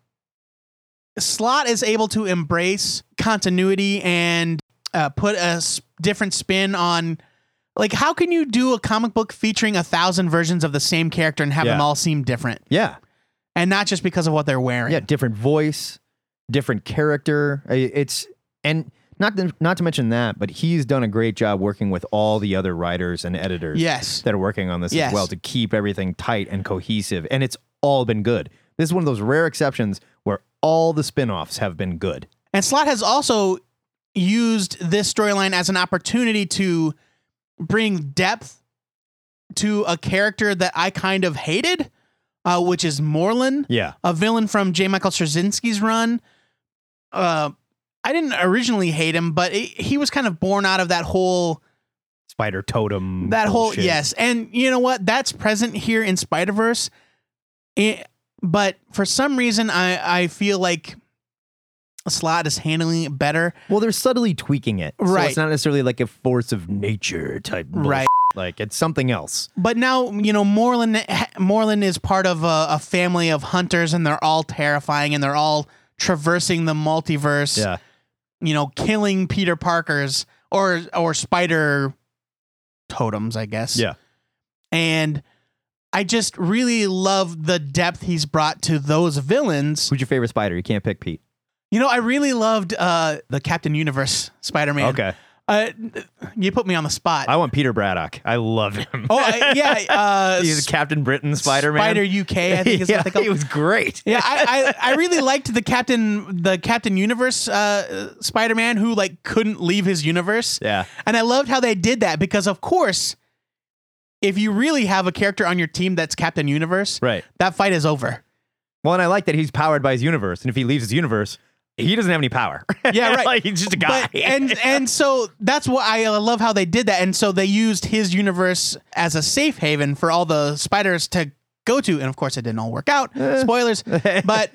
Speaker 3: Slot is able to embrace continuity and uh, put a s- different spin on like how can you do a comic book featuring a thousand versions of the same character and have
Speaker 2: Yeah.
Speaker 3: them all seem different
Speaker 2: Yeah,
Speaker 3: and not just because of what they're wearing.
Speaker 2: yeah, different voice, different character. I- It's and not to, not to mention that, but he's done a great job working with all the other writers and editors.
Speaker 3: Yes.
Speaker 2: that are working on this
Speaker 3: Yes.
Speaker 2: as well to keep everything tight and cohesive. And it's all been good. This is one of those rare exceptions where all the spin offs have been good.
Speaker 3: And Slot has also used this storyline as an opportunity to bring depth to a character that I kind of hated, uh, which is Moreland,
Speaker 2: Yeah.
Speaker 3: a villain from J. Michael Straczynski's run. Uh, I didn't originally hate him, but it, he was kind of born out of that whole
Speaker 2: Spider totem.
Speaker 3: that whole
Speaker 2: bullshit.
Speaker 3: yes and you know what that's present here in spider-verse It- but for some reason i i feel like slot is handling it better
Speaker 2: Well, they're subtly tweaking it. So
Speaker 3: Right.
Speaker 2: it's not necessarily like a force of nature type. bullshit.
Speaker 3: Right.
Speaker 2: Like it's something else.
Speaker 3: But now, you know, Moreland Moreland is part of a, a family of hunters, and they're all terrifying, and they're all traversing the multiverse. You know, killing Peter Parker's or or spider totems, I guess.
Speaker 2: Yeah.
Speaker 3: And I just really love the depth he's brought to those villains.
Speaker 2: Who's your favorite spider? You can't pick Pete.
Speaker 3: You know, I really loved uh, the Captain Universe Spider Man. Uh, you put me on the spot.
Speaker 2: I want Peter Braddock. I love him.
Speaker 3: oh, I, yeah. Uh,
Speaker 2: He's Captain Britain Spider Man.
Speaker 3: Spider UK, I think is
Speaker 2: yeah,
Speaker 3: what they call
Speaker 2: He was great.
Speaker 3: yeah, I, I I really liked the Captain the Captain Universe uh, Spider Man who like couldn't leave his universe.
Speaker 2: Yeah.
Speaker 3: and I loved how they did that because of course if you really have a character on your team that's Captain Universe,
Speaker 2: Right.
Speaker 3: that fight is over.
Speaker 2: Well, and I like that he's powered by his universe, and if he leaves his universe, he doesn't have any power.
Speaker 3: Yeah, right.
Speaker 2: like he's just a guy.
Speaker 3: But, and and so that's what I uh, love how they did that. And so they used his universe as a safe haven for all the spiders to go to. And of course, it didn't all work out.
Speaker 2: Eh.
Speaker 3: Spoilers. but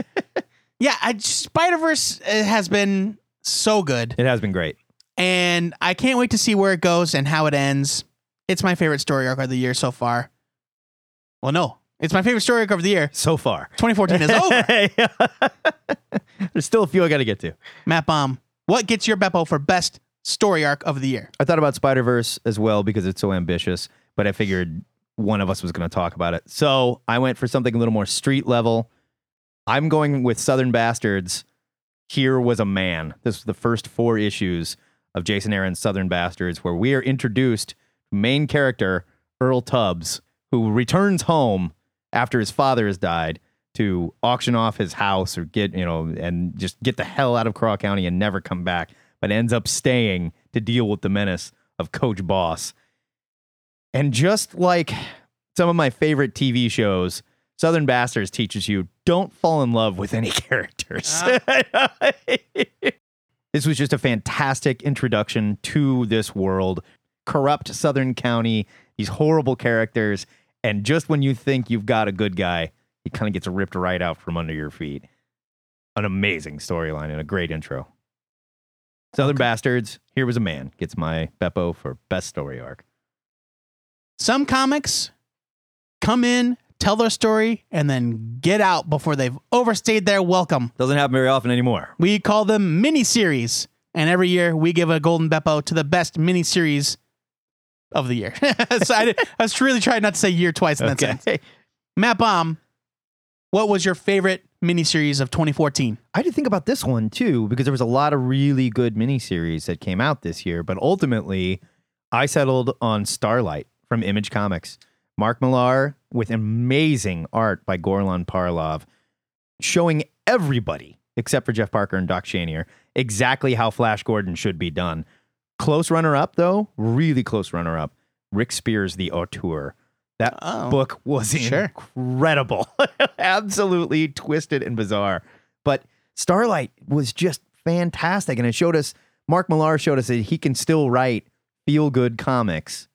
Speaker 3: yeah, I, Spider Verse has been so good,
Speaker 2: it has been great.
Speaker 3: and I can't wait to see where it goes and how it ends. It's my favorite story arc of the year so far. Well, no, it's my favorite story arc of the year.
Speaker 2: so far.
Speaker 3: 2014 is over.
Speaker 2: There's still a few I got to get to.
Speaker 3: Matt Bomb, what gets your Beppo for best story arc of the year?
Speaker 2: I thought about Spider Verse as well because it's so ambitious, but I figured one of us was going to talk about it. So I went for something a little more street level. I'm going with Southern Bastards. Here was a man. This was the first four issues of Jason Aaron's Southern Bastards, where we are introduced to main character Earl Tubbs, who returns home after his father has died to auction off his house or get, you know, and just get the hell out of Craw County and never come back, but ends up staying to deal with the menace of Coach Boss. And just like some of my favorite TV shows, Southern Bastards teaches you don't fall in love with any characters. this was just a fantastic introduction to this world. Corrupt Southern County, these horrible characters. And just when you think you've got a good guy, he kind of gets ripped right out from under your feet. An amazing storyline and a great intro. Southern Bastards, Here Was a Man gets my Beppo for best story arc.
Speaker 3: Some comics come in, tell their story, and then get out before they've overstayed their welcome.
Speaker 2: Doesn't happen very often anymore.
Speaker 3: We call them miniseries. And every year we give a Golden Beppo to the best miniseries of the year. so I, did- I was really trying not to say year twice in that sentence. Matt Bomb, what was your favorite miniseries of 2014?
Speaker 2: I had to think about this one too because there was a lot of really good miniseries that came out this year, but ultimately, I settled on Starlight from Image Comics. Mark Millar with amazing art by Gorlan Parlov, showing everybody except for Jeff Parker and Doc Shanier exactly how Flash Gordon should be done. Close runner up though, really close runner up. Rick Spears, the auteur. That
Speaker 3: Oh.
Speaker 2: book was
Speaker 3: Sure.
Speaker 2: incredible, absolutely twisted and bizarre. But Starlight was just fantastic, and it showed us. Mark Millar showed us that he can still write feel good comics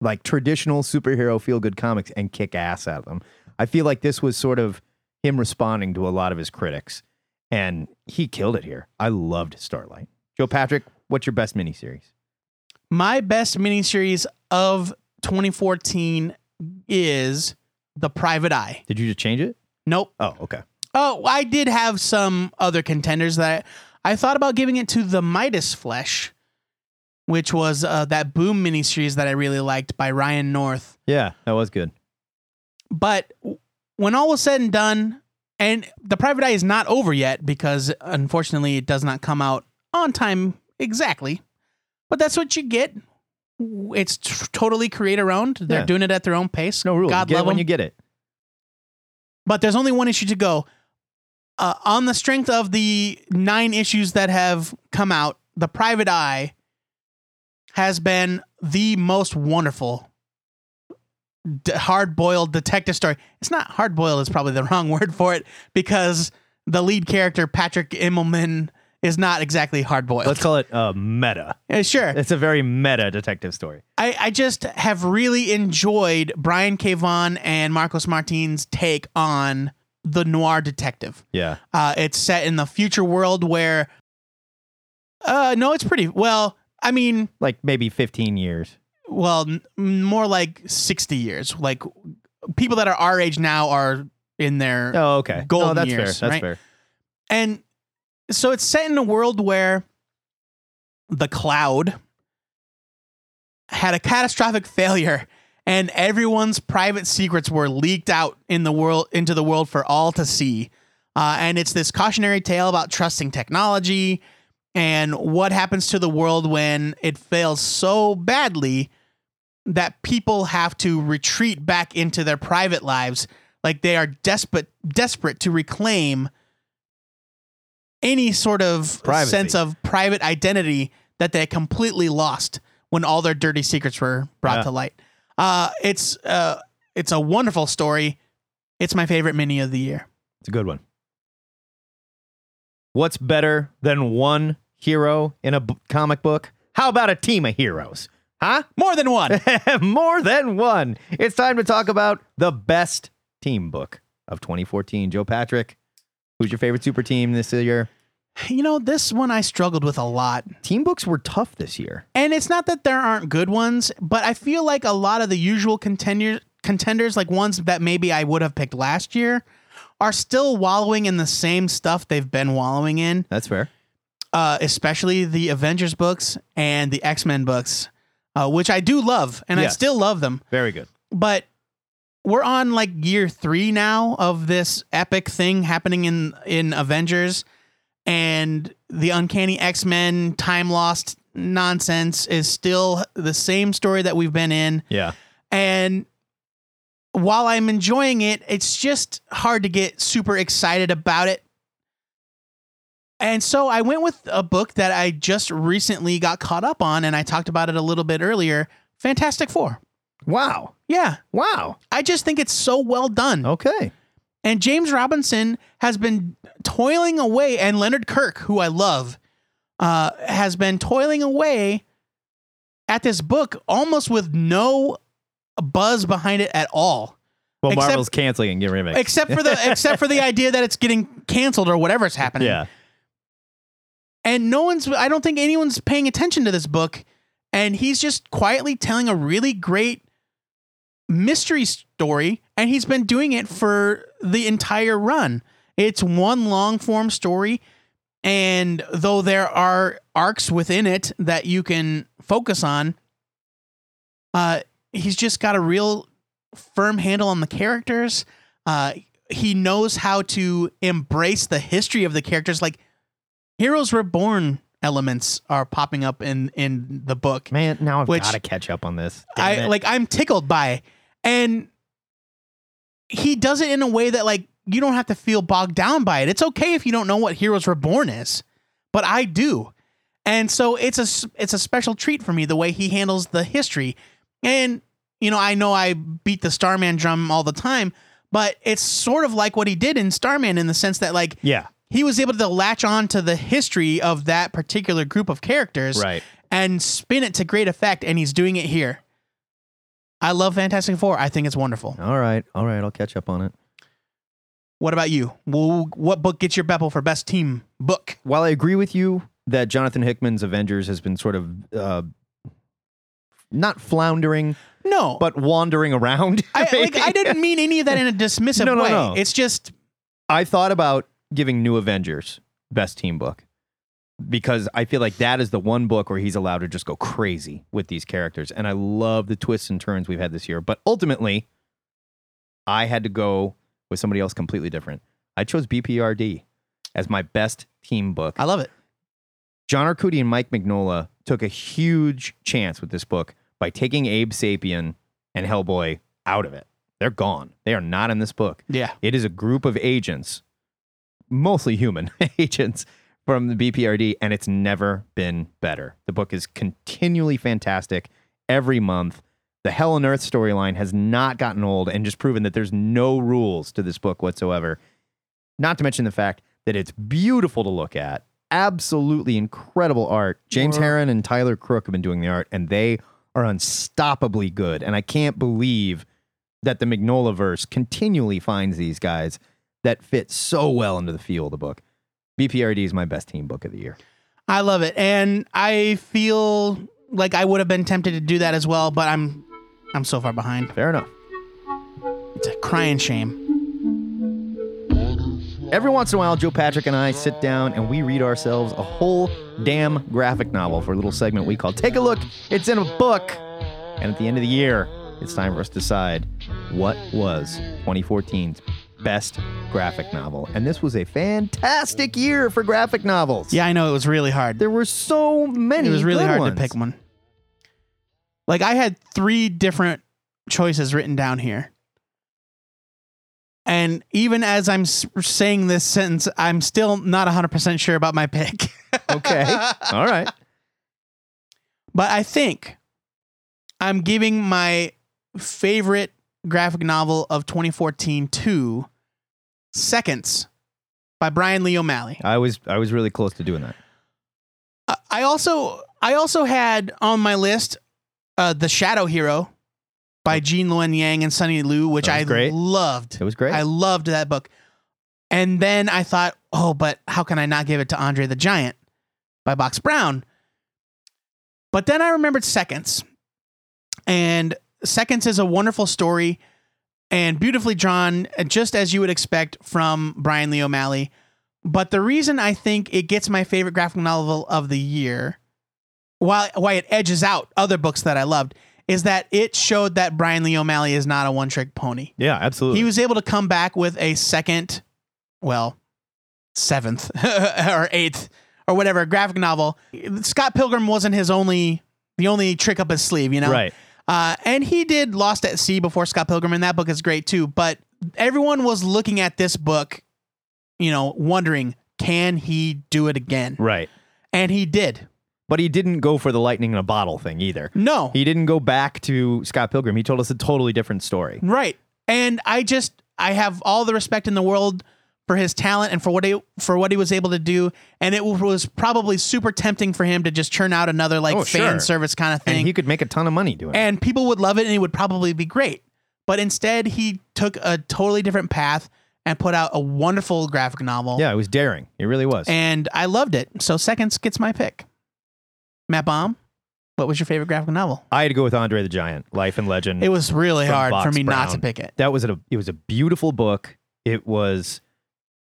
Speaker 2: like traditional superhero feel good comics and kick ass at them. I feel like this was sort of him responding to a lot of his critics, and he killed it here. I loved Starlight. Joe Patrick, what's your best miniseries?
Speaker 3: My best miniseries of 2014 is The Private Eye.
Speaker 2: Did you just change it?
Speaker 3: Nope.
Speaker 2: Oh, okay.
Speaker 3: Oh, I did have some other contenders that I thought about giving it to the Midas Flesh, which was uh, that Boom miniseries that I really liked by Ryan North.
Speaker 2: Yeah, that was good.
Speaker 3: But w- when all was said and done, and The Private Eye is not over yet because unfortunately it does not come out on time exactly, but that's what you get. It's t- totally creator owned. They're
Speaker 2: Yeah.
Speaker 3: doing it at their own pace.
Speaker 2: No rule.
Speaker 3: God
Speaker 2: you get it
Speaker 3: love
Speaker 2: when
Speaker 3: them
Speaker 2: you get it.
Speaker 3: but there's only one issue to go. Uh, on the strength of the nine issues that have come out, The Private Eye has been the most wonderful d- hard-boiled detective story. It's not hard-boiled is probably the wrong word for it because the lead character Patrick Immelman is not exactly hard-boiled.
Speaker 2: Let's call it uh, meta.
Speaker 3: Uh, sure.
Speaker 2: It's a very meta detective story.
Speaker 3: I, I just have really enjoyed Brian K. Vaughan and Marcos Martin's take on the noir detective.
Speaker 2: Yeah.
Speaker 3: Uh, it's set in the future world where, uh, no, it's pretty well. I mean,
Speaker 2: Like maybe 15 years.
Speaker 3: well, n- more like sixty years. Like people that are our age now are in their
Speaker 2: Oh, okay. No,
Speaker 3: Golden
Speaker 2: that's
Speaker 3: years,
Speaker 2: fair. That's
Speaker 3: right?
Speaker 2: fair.
Speaker 3: and so it's set in a world where the cloud had a catastrophic failure and everyone's private secrets were leaked out in the world into the world for all to see uh, and it's this cautionary tale about trusting technology and what happens to the world when it fails so badly that people have to retreat back into their private lives like they are desperate desperate to reclaim any sort of
Speaker 2: Privacy.
Speaker 3: sense of private identity that they completely lost when all their dirty secrets were brought
Speaker 2: Yeah.
Speaker 3: to light Uh, it's uh, it's a wonderful story. It's my favorite mini of the year.
Speaker 2: It's a good one. What's better than one hero in a b- comic book? How about a team of heroes? Huh?
Speaker 3: More than one.
Speaker 2: More than one. It's time to talk about the best team book of 2014. Joe Patrick, who's your favorite super team this year?
Speaker 3: you know, this one I struggled with a lot.
Speaker 2: Team books were tough this year.
Speaker 3: And it's not that there aren't good ones, but I feel like a lot of the usual contender, contenders, like ones that maybe I would have picked last year, are still wallowing in the same stuff they've been wallowing in,
Speaker 2: That's fair.
Speaker 3: uh, especially the Avengers books and the X Men books, uh, which I do love and I
Speaker 2: Yes.
Speaker 3: still love them.
Speaker 2: Very good.
Speaker 3: But we're on like year three now of this epic thing happening in in Avengers, and the Uncanny X Men time lost nonsense is still the same story that we've been in.
Speaker 2: Yeah.
Speaker 3: And while I'm enjoying it, it's just hard to get super excited about it. And so I went with a book that I just recently got caught up on, and I talked about it a little bit earlier Fantastic Four.
Speaker 2: Wow.
Speaker 3: Yeah.
Speaker 2: Wow.
Speaker 3: I just think it's so well done.
Speaker 2: Okay.
Speaker 3: And James Robinson has been toiling away, and Leonard Kirk, who I love, uh, has been toiling away at this book almost with no buzz behind it at all.
Speaker 2: Well,
Speaker 3: Except-
Speaker 2: Marvel's canceling and getting remixed.
Speaker 3: Except for the except for the idea that it's getting canceled or whatever's happening.
Speaker 2: yeah.
Speaker 3: And no one's I don't think anyone's paying attention to this book. And he's just quietly telling a really great mystery story. And he's been doing it for the entire run. It's one long form story. And though there are arcs within it that you can focus on, uh, he's just got a real firm handle on the characters. Uh, he knows how to embrace the history of the characters. Like Heroes Reborn elements are popping up in in the book.
Speaker 2: Man, now I've
Speaker 3: Which-
Speaker 2: got to catch up on this. Damn
Speaker 3: I
Speaker 2: it.
Speaker 3: like I'm tickled by, and he does it in a way that like you don't have to feel bogged down by it. It's okay if you don't know what Heroes Reborn is, but I do, and so it's a s- it's a special treat for me the way he handles the history, and you know I know I beat the Starman drum all the time, but it's sort of like what he did in Starman in the sense that like
Speaker 2: yeah.
Speaker 3: he was able to latch on to the history of that particular group of characters
Speaker 2: Right.
Speaker 3: and spin it to great effect and he's doing it here i love fantastic four i think it's wonderful
Speaker 2: All right. All right. I'll catch up on it.
Speaker 3: what about you Wh- what book gets your beppo for best team book
Speaker 2: while I agree with you that Jonathan Hickman's Avengers has been sort of uh, not floundering,
Speaker 3: no
Speaker 2: but wandering around.
Speaker 3: I, like,
Speaker 2: maybe.
Speaker 3: I didn't mean any of that in a dismissive
Speaker 2: No, no,
Speaker 3: way
Speaker 2: no.
Speaker 3: it's just
Speaker 2: I thought about giving New Avengers best team book because I feel like that is the one book where he's allowed to just go crazy with these characters. And I love the twists and turns we've had this year. But ultimately, I had to go with somebody else completely different. I chose BPRD as my best team book.
Speaker 3: i love it
Speaker 2: John Arcudi and Mike Mignola took a huge chance with this book by taking Abe Sapien and Hellboy out of it. They're gone. They are not in this book.
Speaker 3: yeah
Speaker 2: It is a group of agents, mostly human agents from the BPRD, and it's never been better. The book is continually fantastic every month. The Hell on Earth storyline has not gotten old and just proven that there's no rules to this book whatsoever. Not to mention the fact that it's beautiful to look at. Absolutely incredible art. James Heron and Tyler Crook have been doing the art, and they are unstoppably good. And I can't believe that the Magnola verse continually finds these guys that fit so well into the feel of the book. BPRD is my best team book of the year.
Speaker 3: I love it, and I feel like I would have been tempted to do that as well, but I'm, I'm so far behind.
Speaker 2: Fair enough.
Speaker 3: It's a crying shame.
Speaker 2: Every once in a while, Joe Patrick and I sit down and we read ourselves a whole damn graphic novel for a little segment we call Take a Look, It's in a Book. And at the end of the year, it's time for us to decide what was 2014's best graphic novel. And this was a fantastic year for graphic novels.
Speaker 3: Yeah, I know it was really hard.
Speaker 2: There were so many.
Speaker 3: It was really
Speaker 2: good
Speaker 3: hard
Speaker 2: ones.
Speaker 3: to pick one. Like I had three different choices written down here, and even as I'm s- saying this sentence, I'm still not 100 percent sure about my pick.
Speaker 2: Okay. All right.
Speaker 3: But I think I'm giving my favorite graphic novel of 2014 to Seconds by Brian Lee O'Malley.
Speaker 2: I was I was really close to doing that.
Speaker 3: I- I also I also had on my list uh, The Shadow Hero by Jean Luen Yang and Sunny Liu, which
Speaker 2: That
Speaker 3: I
Speaker 2: was great.
Speaker 3: loved.
Speaker 2: It was great.
Speaker 3: I loved that book. And then I thought, oh, but how can I not give it to Andre the Giant by Box Brown? But then I remembered Seconds. And Seconds is a wonderful story and beautifully drawn, uh, just as you would expect from Brian Lee O'Malley. But the reason I think it gets my favorite graphic novel of the year, why why it edges out other books that I loved, is that it showed that Brian Lee O'Malley is not a one trick pony.
Speaker 2: yeah, absolutely.
Speaker 3: He was able to come back with a second, well, seventh or eighth or whatever graphic novel. Scott Pilgrim wasn't his only, the only trick up his sleeve, you know?
Speaker 2: Right.
Speaker 3: Uh, and he did Lost at Sea before Scott Pilgrim, and that book is great too. But everyone was looking at this book, you know, wondering, can he do it again?
Speaker 2: right.
Speaker 3: And he did.
Speaker 2: But he didn't go for the lightning in a bottle thing either.
Speaker 3: No.
Speaker 2: He didn't go back to Scott Pilgrim. He told us a totally different story.
Speaker 3: Right. And I just I have all the respect in the world for his talent and for what he for what he was able to do. And it was probably super tempting for him to just churn out another like
Speaker 2: Oh, sure.
Speaker 3: fan service kind of thing.
Speaker 2: And he could make a ton of money doing it.
Speaker 3: and people would love it and it would probably be great. But instead he took a totally different path and put out a wonderful graphic novel.
Speaker 2: Yeah, it was daring. It really was.
Speaker 3: And I loved it. So seconds gets my pick. Matt Baum, what was your favorite graphic novel?
Speaker 2: I had to go with Andre the Giant, Life and Legend.
Speaker 3: It was really
Speaker 2: Mm. from
Speaker 3: hard
Speaker 2: Box
Speaker 3: for me not
Speaker 2: Brown.
Speaker 3: to pick it.
Speaker 2: That was a it was a beautiful book. It was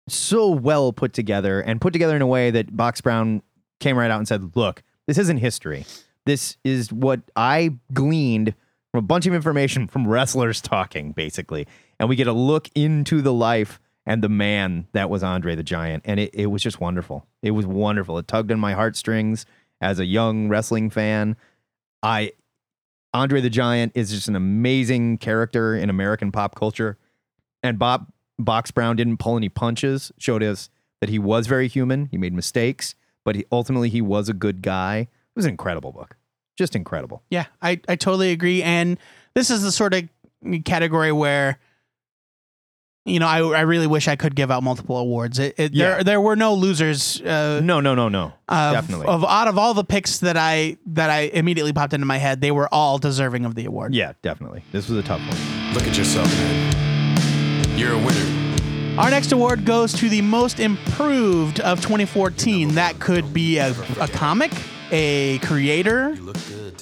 Speaker 2: so well put together and put together in a way that Box Brown came right out and said, "Look, this isn't history. This is what I gleaned from a bunch of information from wrestlers talking basically." And we get a look into the life and the man that was Andre the Giant and it, it was just wonderful. It was wonderful. It tugged on my heartstrings as a young wrestling fan. I Andre the Giant is just an amazing character in American pop culture. And Bob Box Brown didn't pull any punches, showed us that he was very human. He made mistakes, but he, ultimately he was a good guy. It was an incredible book. Just incredible.
Speaker 3: Yeah, I, I totally agree. And this is the sort of category where, you know, I, I really wish I could give out multiple awards. It, it,
Speaker 2: Yeah.
Speaker 3: There there were no losers. Uh,
Speaker 2: No, no, no, no.
Speaker 3: of,
Speaker 2: Definitely.
Speaker 3: Of out of all the picks that I that I immediately popped into my head, they were all deserving of the award.
Speaker 2: yeah, definitely. This was a tough one.
Speaker 6: Look at yourself, man. You're a winner.
Speaker 3: Our next award goes to the most improved of 2014. That could be a, a comic, a creator,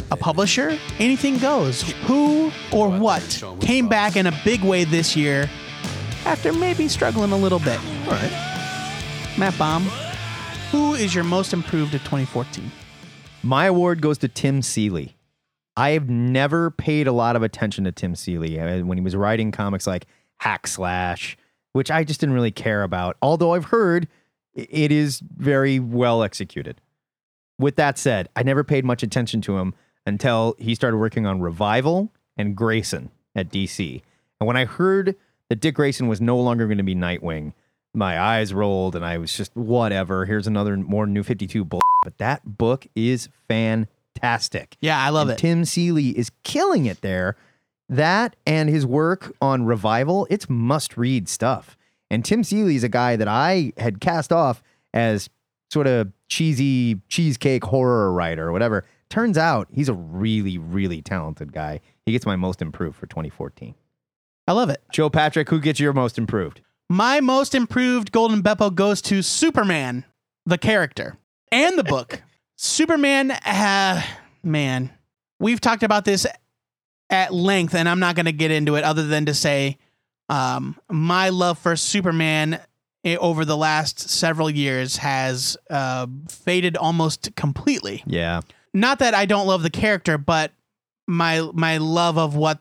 Speaker 3: a publisher, anything goes. Who or what came back in a big way this year after maybe struggling a little bit? All right. Matt Baum, who is your most improved of 2014?
Speaker 2: My award goes to Tim Seeley. I have never paid a lot of attention to Tim Seeley uh, when he was writing comics like Hack Slash, which I just didn't really care about. Although I've heard i- it is very well executed. With that said, I never paid much attention to him until he started working on Revival and Grayson at DC. And when I heard that Dick Grayson was no longer going to be Nightwing, my eyes rolled and I was just, whatever. Here's another more New 52 bull. But that book is fantastic.
Speaker 3: Yeah, I love
Speaker 2: And
Speaker 3: it.
Speaker 2: Tim Seeley is killing it there. That and his work on Revival, it's must read stuff. And Tim Seeley is a guy that I had cast off as sort of cheesy cheesecake horror writer or whatever. Turns out he's a really, really talented guy. He gets my most improved for 2014.
Speaker 3: I love it.
Speaker 2: Joe Patrick, who gets your most improved?
Speaker 3: My most improved Golden Beppo goes to Superman, the character, and the book. Superman, uh, man, we've talked about this at length, and I'm not going to get into it other than to say um, my love for Superman eh, over the last several years has uh, faded almost completely
Speaker 2: Yeah.
Speaker 3: not that I don't love the character, but my my love of what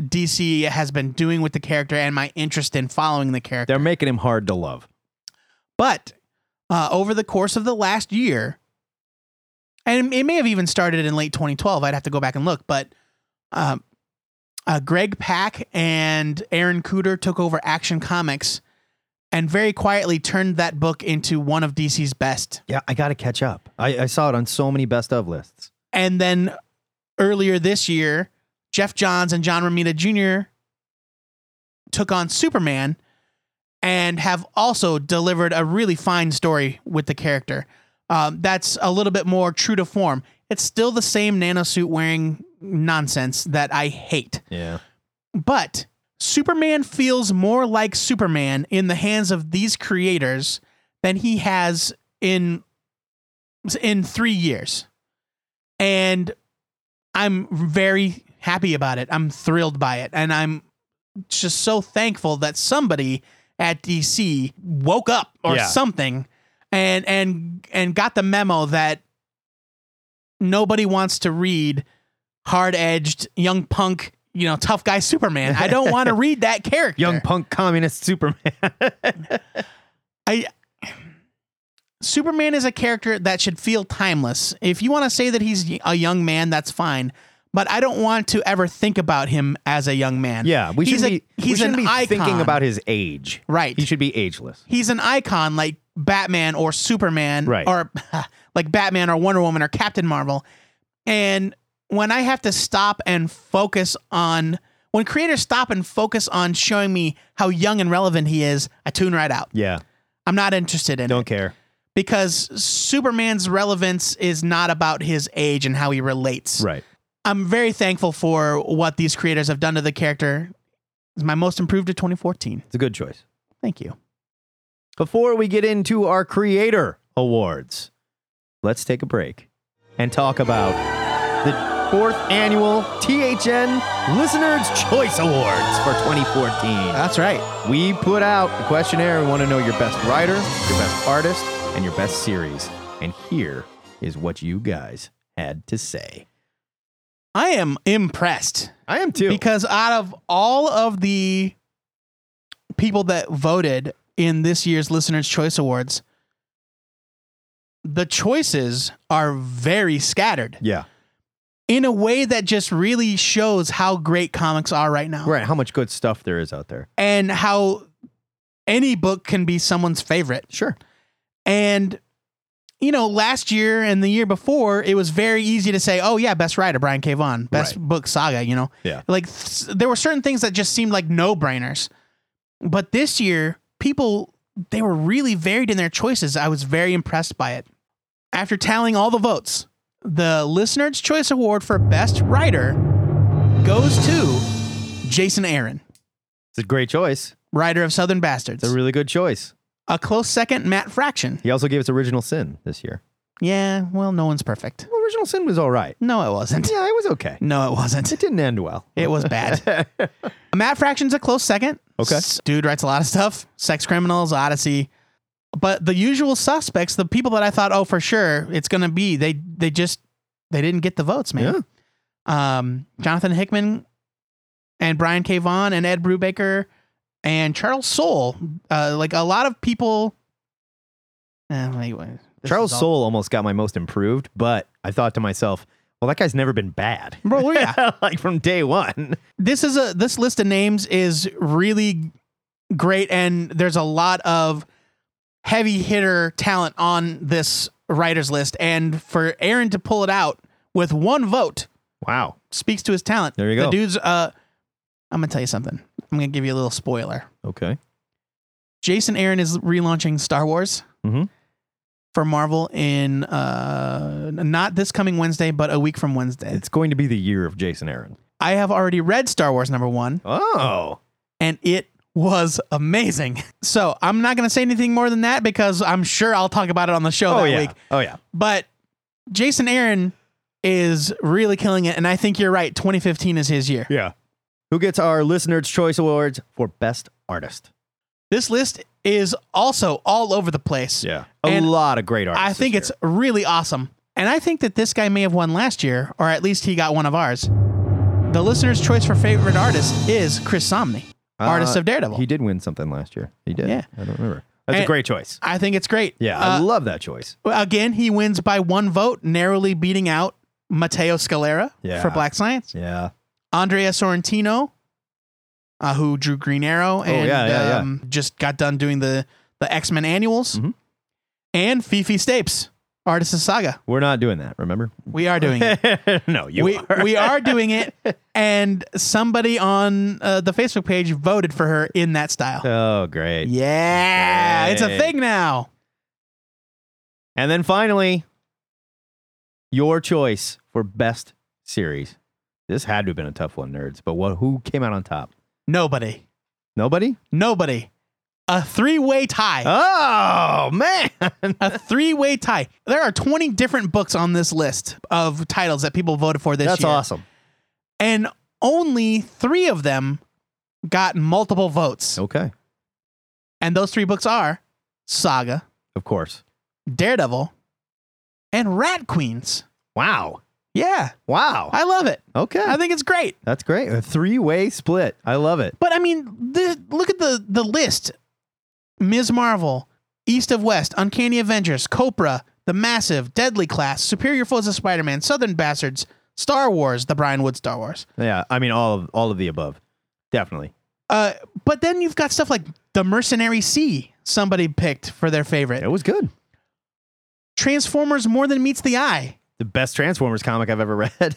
Speaker 3: DC has been doing with the character and my interest in following the character.
Speaker 2: They're making him hard to love.
Speaker 3: But uh, over the course of the last year, and it may have even started in late 2012. I'd have to go back and look, but um, uh, Greg Pack and Aaron Cooter took over Action Comics and very quietly turned that book into one of DC's best.
Speaker 2: Yeah, I got to catch up. I, I saw it on so many best of lists.
Speaker 3: And then earlier this year, Jeff Johns and John Romita Jr. took on Superman and have also delivered a really fine story with the character. Um, that's a little bit more true to form. It's still the same nanosuit wearing nonsense that I hate.
Speaker 2: Yeah.
Speaker 3: But Superman feels more like Superman in the hands of these creators than he has in in 3 years. And I'm very happy about it. I'm thrilled by it and I'm just so thankful that somebody at DC woke up or
Speaker 2: Yeah.
Speaker 3: something and and and got the memo that nobody wants to read hard edged young punk, you know, tough guy Superman. I don't want to read that character.
Speaker 2: Young punk communist Superman.
Speaker 3: I Superman is a character that should feel timeless. If you want to say that he's a young man, that's fine. But I don't want to ever think about him as a young man.
Speaker 2: yeah. We
Speaker 3: he's
Speaker 2: should
Speaker 3: a,
Speaker 2: be, we
Speaker 3: he's
Speaker 2: shouldn't
Speaker 3: an
Speaker 2: be
Speaker 3: icon.
Speaker 2: thinking about his age.
Speaker 3: Right.
Speaker 2: He should be ageless.
Speaker 3: he's an icon like Batman or Superman
Speaker 2: Right.
Speaker 3: or like Batman or Wonder Woman or Captain Marvel. And when I have to stop and focus on when creators stop and focus on showing me how young and relevant he is, I tune right out.
Speaker 2: Yeah.
Speaker 3: I'm not interested in
Speaker 2: Don't
Speaker 3: it
Speaker 2: care.
Speaker 3: because Superman's relevance is not about his age and how he relates.
Speaker 2: Right.
Speaker 3: I'm very thankful for what these creators have done to the character. It's my most improved of 2014.
Speaker 2: It's a good choice.
Speaker 3: Thank you.
Speaker 2: Before we get into our creator awards, let's take a break and talk about the fourth annual THN Listener's Choice Awards for 2014.
Speaker 3: That's right.
Speaker 2: We put out a questionnaire. We want to know your best writer, your best artist, and your best series. And here is what you guys had to say.
Speaker 3: I am impressed
Speaker 2: I am too.
Speaker 3: because out of all of the people that voted in this year's Listener's Choice Awards, the choices are very scattered
Speaker 2: yeah.
Speaker 3: in a way that just really shows how great comics are right now.
Speaker 2: Right. How much good stuff there is out there.
Speaker 3: and how any book can be someone's favorite.
Speaker 2: Sure.
Speaker 3: And you know, last year and the year before, it was very easy to say, "Oh yeah, best writer Brian K. Vaughan, best
Speaker 2: Right.
Speaker 3: book saga." You know,
Speaker 2: Yeah.
Speaker 3: like th- there were certain things that just seemed like no brainers. But this year, people they were really varied in their choices. I was very impressed by it. After tallying all the votes, the Listener's Choice Award for Best Writer goes to Jason Aaron,
Speaker 2: It's a great choice.
Speaker 3: writer of Southern Bastards.
Speaker 2: It's a really good choice.
Speaker 3: A close second, Matt Fraction.
Speaker 2: He also gave us Original Sin this year.
Speaker 3: Yeah, well, no one's perfect.
Speaker 2: Well, Original Sin was all right.
Speaker 3: No, it wasn't.
Speaker 2: Yeah, it was okay.
Speaker 3: No, it wasn't.
Speaker 2: It didn't end well.
Speaker 3: It was bad. Matt Fraction's a close second.
Speaker 2: Okay.
Speaker 3: S- dude writes a lot of stuff. Sex Criminals, Odyssey. But the usual suspects, the people that I thought, oh, for sure, it's gonna be, they they just they didn't get the votes, man. Um, Jonathan Hickman and Brian K. Vaughan and Ed Brubaker and Charles Soule. Uh, like a lot of people. Eh, anyway, this
Speaker 2: Charles
Speaker 3: is all-
Speaker 2: Soule almost got my most improved, but I thought to myself, well, that guy's never been bad.
Speaker 3: Bro, well, yeah.
Speaker 2: like from day one.
Speaker 3: this is a this list of names is really great and there's a lot of heavy hitter talent on this writers list and for Aaron to pull it out with one vote
Speaker 2: Wow.
Speaker 3: speaks to his talent.
Speaker 2: There you go.
Speaker 3: The dude's uh I'm going to tell you something. I'm going to give you a little spoiler.
Speaker 2: Okay.
Speaker 3: Jason Aaron is relaunching Star Wars
Speaker 2: Mhm.
Speaker 3: for Marvel in uh not this coming Wednesday but a week from Wednesday.
Speaker 2: It's going to be the year of Jason Aaron.
Speaker 3: I have already read Star Wars number 1.
Speaker 2: Oh.
Speaker 3: and it was amazing. So I'm not going to say anything more than that because I'm sure I'll talk about it on the show
Speaker 2: Oh
Speaker 3: that
Speaker 2: yeah.
Speaker 3: week.
Speaker 2: Oh yeah.
Speaker 3: But Jason Aaron is really killing it, and I think you're right. 2015 is his year.
Speaker 2: Yeah. Who gets our listeners' choice awards for best artist?
Speaker 3: This list is also all over the place.
Speaker 2: A
Speaker 3: And
Speaker 2: lot of great artists.
Speaker 3: I think
Speaker 2: this
Speaker 3: it's really awesome. And I think that this guy may have won last year, or at least he got one of ours. The listener's choice for favorite artist is Chris
Speaker 2: year.
Speaker 3: Somney, artist
Speaker 2: Uh,
Speaker 3: of Daredevil.
Speaker 2: He did win something last year. He did.
Speaker 3: Yeah.
Speaker 2: I don't remember. That's a
Speaker 3: And-
Speaker 2: great choice.
Speaker 3: I think it's great.
Speaker 2: Yeah,
Speaker 3: Uh,
Speaker 2: I love that choice.
Speaker 3: Again, he wins by one vote, narrowly beating out Matteo Scalera
Speaker 2: Yeah.
Speaker 3: for Black Science,
Speaker 2: Yeah.
Speaker 3: Andrea Sorrentino, uh, who drew Green Arrow and
Speaker 2: Oh, yeah, yeah, Mm-hmm. yeah.
Speaker 3: Um, just got done doing the, the X Men annuals,
Speaker 2: Mhm.
Speaker 3: and Fifi Stapes, Artists of Saga.
Speaker 2: We're not doing that, remember?
Speaker 3: We are doing it.
Speaker 2: no, you
Speaker 3: we,
Speaker 2: are.
Speaker 3: we are doing it. And somebody on uh, the Facebook page voted for her in that style.
Speaker 2: oh, great.
Speaker 3: yeah. It's a
Speaker 2: Yay.
Speaker 3: thing now.
Speaker 2: And then finally, your choice for best series. This had to have been a tough one, nerds. But what? Who came out on top?
Speaker 3: Nobody.
Speaker 2: Nobody.
Speaker 3: Nobody. A three way tie.
Speaker 2: Oh man!
Speaker 3: a three-way tie. There are 20 different books on this list of titles that people voted for this
Speaker 2: That's
Speaker 3: year.
Speaker 2: awesome.
Speaker 3: And only 3 of them got multiple votes.
Speaker 2: Okay.
Speaker 3: And those 3 books are Saga,
Speaker 2: Of course.
Speaker 3: Daredevil, and Rat Queens.
Speaker 2: Wow.
Speaker 3: Yeah,
Speaker 2: Wow.
Speaker 3: I love it. I
Speaker 2: okay.
Speaker 3: think it's great.
Speaker 2: That's great. A three-way split. I love it.
Speaker 3: But I mean, the, look at the the list. Ms. Marvel, East of West, Uncanny Avengers, Copra, The Massive, Deadly Class, Superior Foes of Spider-Man, Southern Bastards, Star Wars, the Brian Wood Star Wars.
Speaker 2: Yeah. I mean, all of all of the above. Definitely.
Speaker 3: Uh, but then you've got stuff like the Mercenary Sea. Somebody picked for their favorite
Speaker 2: It was good.
Speaker 3: Transformers More Than Meets the Eye.
Speaker 2: The best Transformers comic I've ever read.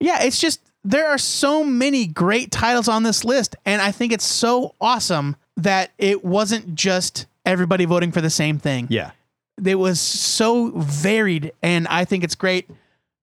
Speaker 3: Yeah, it's just there are so many great titles on this list, and I think it's so awesome that it wasn't just everybody voting for the same thing.
Speaker 2: Yeah.
Speaker 3: It was so varied, and I think it's great.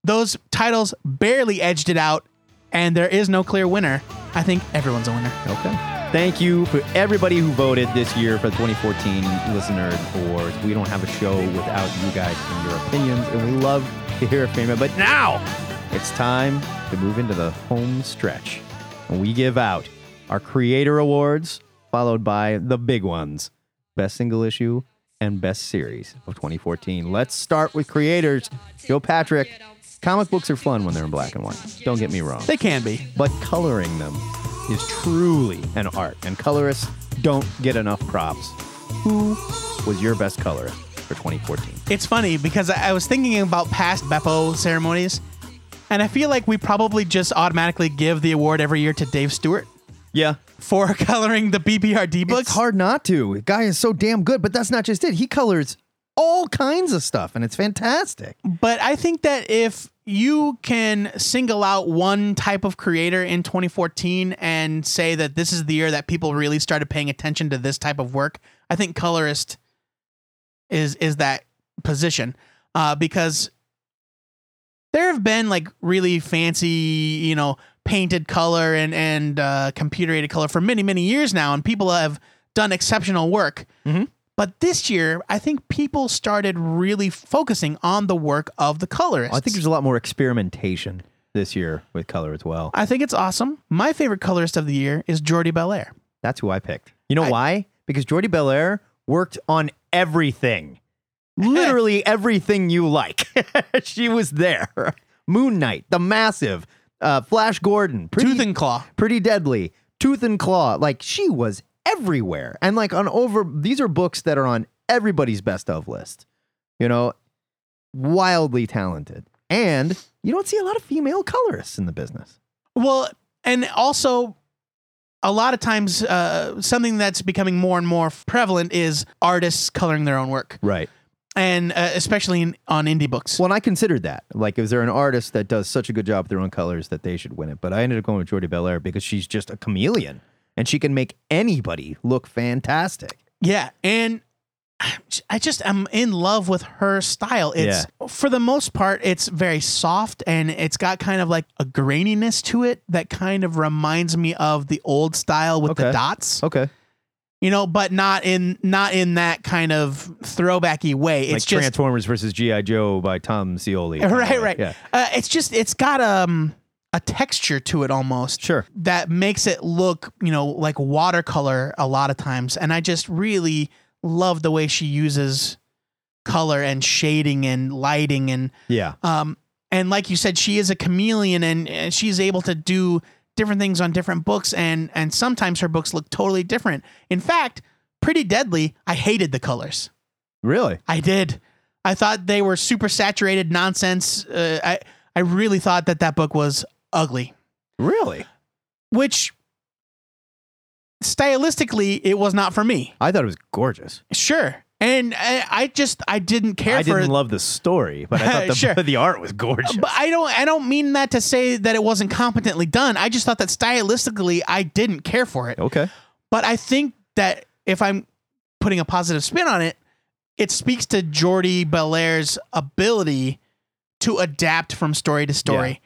Speaker 3: Those titles barely edged it out, and there is no clear winner. I think everyone's a winner.
Speaker 2: Okay. Thank you for everybody who voted this year for the 2014 Listener Awards. We don't have a show without you guys and your opinions, and we love to hear from you. But now it's time to move into the home stretch. And we give out our Creator Awards, followed by the big ones Best Single Issue and Best Series of 2014. Let's start with Creators. Joe Patrick, comic books are fun when they're in black and white. Don't get me wrong
Speaker 3: They can be.
Speaker 2: but coloring them is truly an art, and colorists don't get enough props. Who was your best colorist for 2014?
Speaker 3: It's funny because I I was thinking about past Beppo ceremonies, and I feel like we probably just automatically give the award every year to Dave Stewart
Speaker 2: Yeah.
Speaker 3: for coloring the BBRD books.
Speaker 2: It's hard not to. The guy is so damn good, but that's not just it. He colors all kinds of stuff, and it's fantastic.
Speaker 3: But I think that if you can single out one type of creator in 2014 and say that this is the year that people really started paying attention to this type of work, I think colorist is is that position uh, because there have been like really fancy, you know, painted color and and uh, computer aided color for many many years now, and people have done exceptional work.
Speaker 2: Mm-hmm.
Speaker 3: But this year, I think people started really focusing on the work of the colorists.
Speaker 2: I think there's a lot more experimentation this year with color as well.
Speaker 3: I think it's awesome. My favorite colorist of the year is Jordi Belair.
Speaker 2: That's who I picked. You know
Speaker 3: I-
Speaker 2: why? Because Jordi Belair worked on everything. Literally everything you like. she was there. Moon Knight, The Massive, uh, Flash Gordon, Pretty,
Speaker 3: Tooth and Claw.
Speaker 2: Pretty Deadly, Tooth and Claw. Like she was everywhere. And like on over, these are books that are on everybody's best of list. You know, wildly talented. And you don't see a lot of female colorists in the business.
Speaker 3: Well, and also a lot of times uh, something that's becoming more and more prevalent is artists coloring their own work,
Speaker 2: Right.
Speaker 3: and uh, especially in, on indie books.
Speaker 2: Well, and I considered that. Like, is there an artist that does such a good job with their own colors that they should win it? But I ended up going with Jordi Belair because she's just a chameleon and she can make anybody look fantastic.
Speaker 3: Yeah, and I just am in love with her style. It's for the most part, it's very soft and it's got kind of like a graininess to it that kind of reminds me of the old style with the
Speaker 2: Okay.
Speaker 3: dots.
Speaker 2: Okay.
Speaker 3: You know, but not in not in that kind of throwbacky way. It's
Speaker 2: like
Speaker 3: just
Speaker 2: Transformers versus G.I. Joe by Tom Scioli.
Speaker 3: right, right.
Speaker 2: Yeah.
Speaker 3: Uh, it's just it's got um a texture to it almost.
Speaker 2: Sure.
Speaker 3: that makes it look, you know, like watercolor a lot of times. And I just really love the way she uses color and shading and lighting and
Speaker 2: Yeah.
Speaker 3: um and like you said, she is a chameleon and, and she's able to do different things on different books and and sometimes her books look totally different. In fact, Pretty Deadly, I hated the colors.
Speaker 2: Really?
Speaker 3: I did. I thought they were super saturated nonsense. Uh, I I really thought that that book was ugly
Speaker 2: Really?
Speaker 3: which stylistically it was not for me.
Speaker 2: I thought it was gorgeous.
Speaker 3: Sure, And I, I just I didn't care
Speaker 2: I
Speaker 3: for
Speaker 2: didn't love the story, but I thought the,
Speaker 3: Sure.
Speaker 2: the art was gorgeous.
Speaker 3: But I don't I don't mean that to say that it wasn't competently done. I just thought that stylistically I didn't care for it.
Speaker 2: okay.
Speaker 3: But I think that if I'm putting a positive spin on it, it speaks to Jordy Belair's ability to adapt from story to story.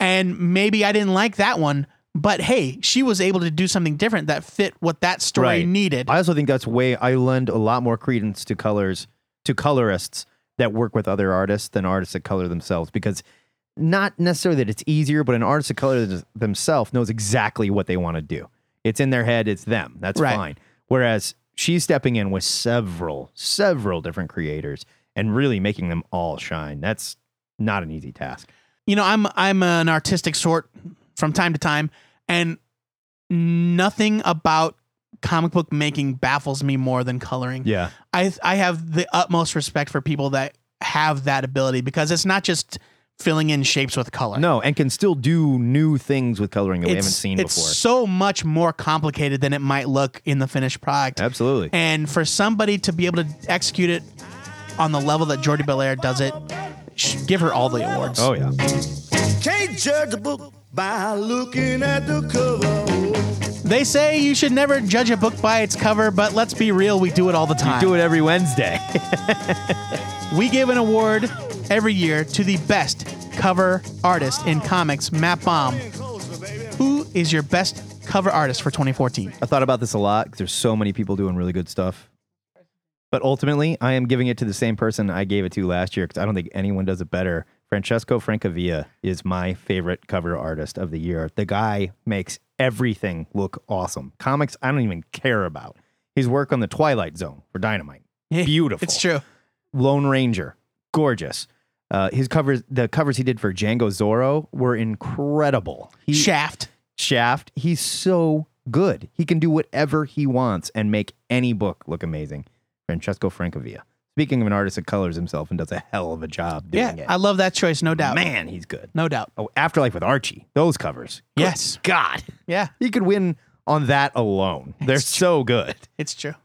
Speaker 3: And maybe I didn't like that one, but hey, she was able to do something different that fit what that story
Speaker 2: Right.
Speaker 3: needed.
Speaker 2: I also think that's way I lend a lot more credence to colors to colorists that work with other artists than artists that color themselves because not necessarily that it's easier, but an artist that colors themselves knows exactly what they want to do. It's in their head. It's them. That's
Speaker 3: Right.
Speaker 2: fine. Whereas she's stepping in with several, several different creators and really making them all shine. That's not an easy task.
Speaker 3: you know, I'm I'm an artistic sort from time to time, and nothing about comic book making baffles me more than coloring.
Speaker 2: Yeah.
Speaker 3: I I have the utmost respect for people that have that ability because it's not just filling in shapes with color.
Speaker 2: No, and can still do new things with coloring that we
Speaker 3: it's,
Speaker 2: haven't seen
Speaker 3: it's
Speaker 2: before.
Speaker 3: so much more complicated than it might look in the finished product.
Speaker 2: Absolutely.
Speaker 3: And for somebody to be able to execute it on the level that Jordi Belair does it, sh- give her all the awards.
Speaker 2: oh yeah.
Speaker 7: Can't judge a book by looking at the cover.
Speaker 3: They say you should never judge a book by its cover, but let's be real, we do it all the time.
Speaker 2: Do it every Wednesday.
Speaker 3: We give an award every year to the best cover artist in comics, Matt Baum. Who is your best cover artist for 2014?
Speaker 2: I thought about this a lot 'cause there's so many people doing really good stuff. But ultimately, I am giving it to the same person I gave it to last year because I don't think anyone does it better. Francesco Francavilla is my favorite cover artist of the year. The guy makes everything look awesome. Comics, I don't even care about. His work on the Twilight Zone for Dynamite, beautiful.
Speaker 3: It's true.
Speaker 2: Lone Ranger, gorgeous. Uh, his covers, the covers he did for Django Zorro were incredible. He,
Speaker 3: Shaft.
Speaker 2: Shaft. He's so good. He can do whatever he wants and make any book look amazing. Francesco Francavilla. Speaking of an artist that colors himself and does a hell of a job
Speaker 3: Yeah,
Speaker 2: doing it.
Speaker 3: I love that choice, no doubt.
Speaker 2: Man, he's good.
Speaker 3: No doubt.
Speaker 2: Oh, Afterlife with Archie. Those covers. Good
Speaker 3: Yes.
Speaker 2: God.
Speaker 3: Yeah,
Speaker 2: He could win on that alone. They're so good.
Speaker 3: it's true.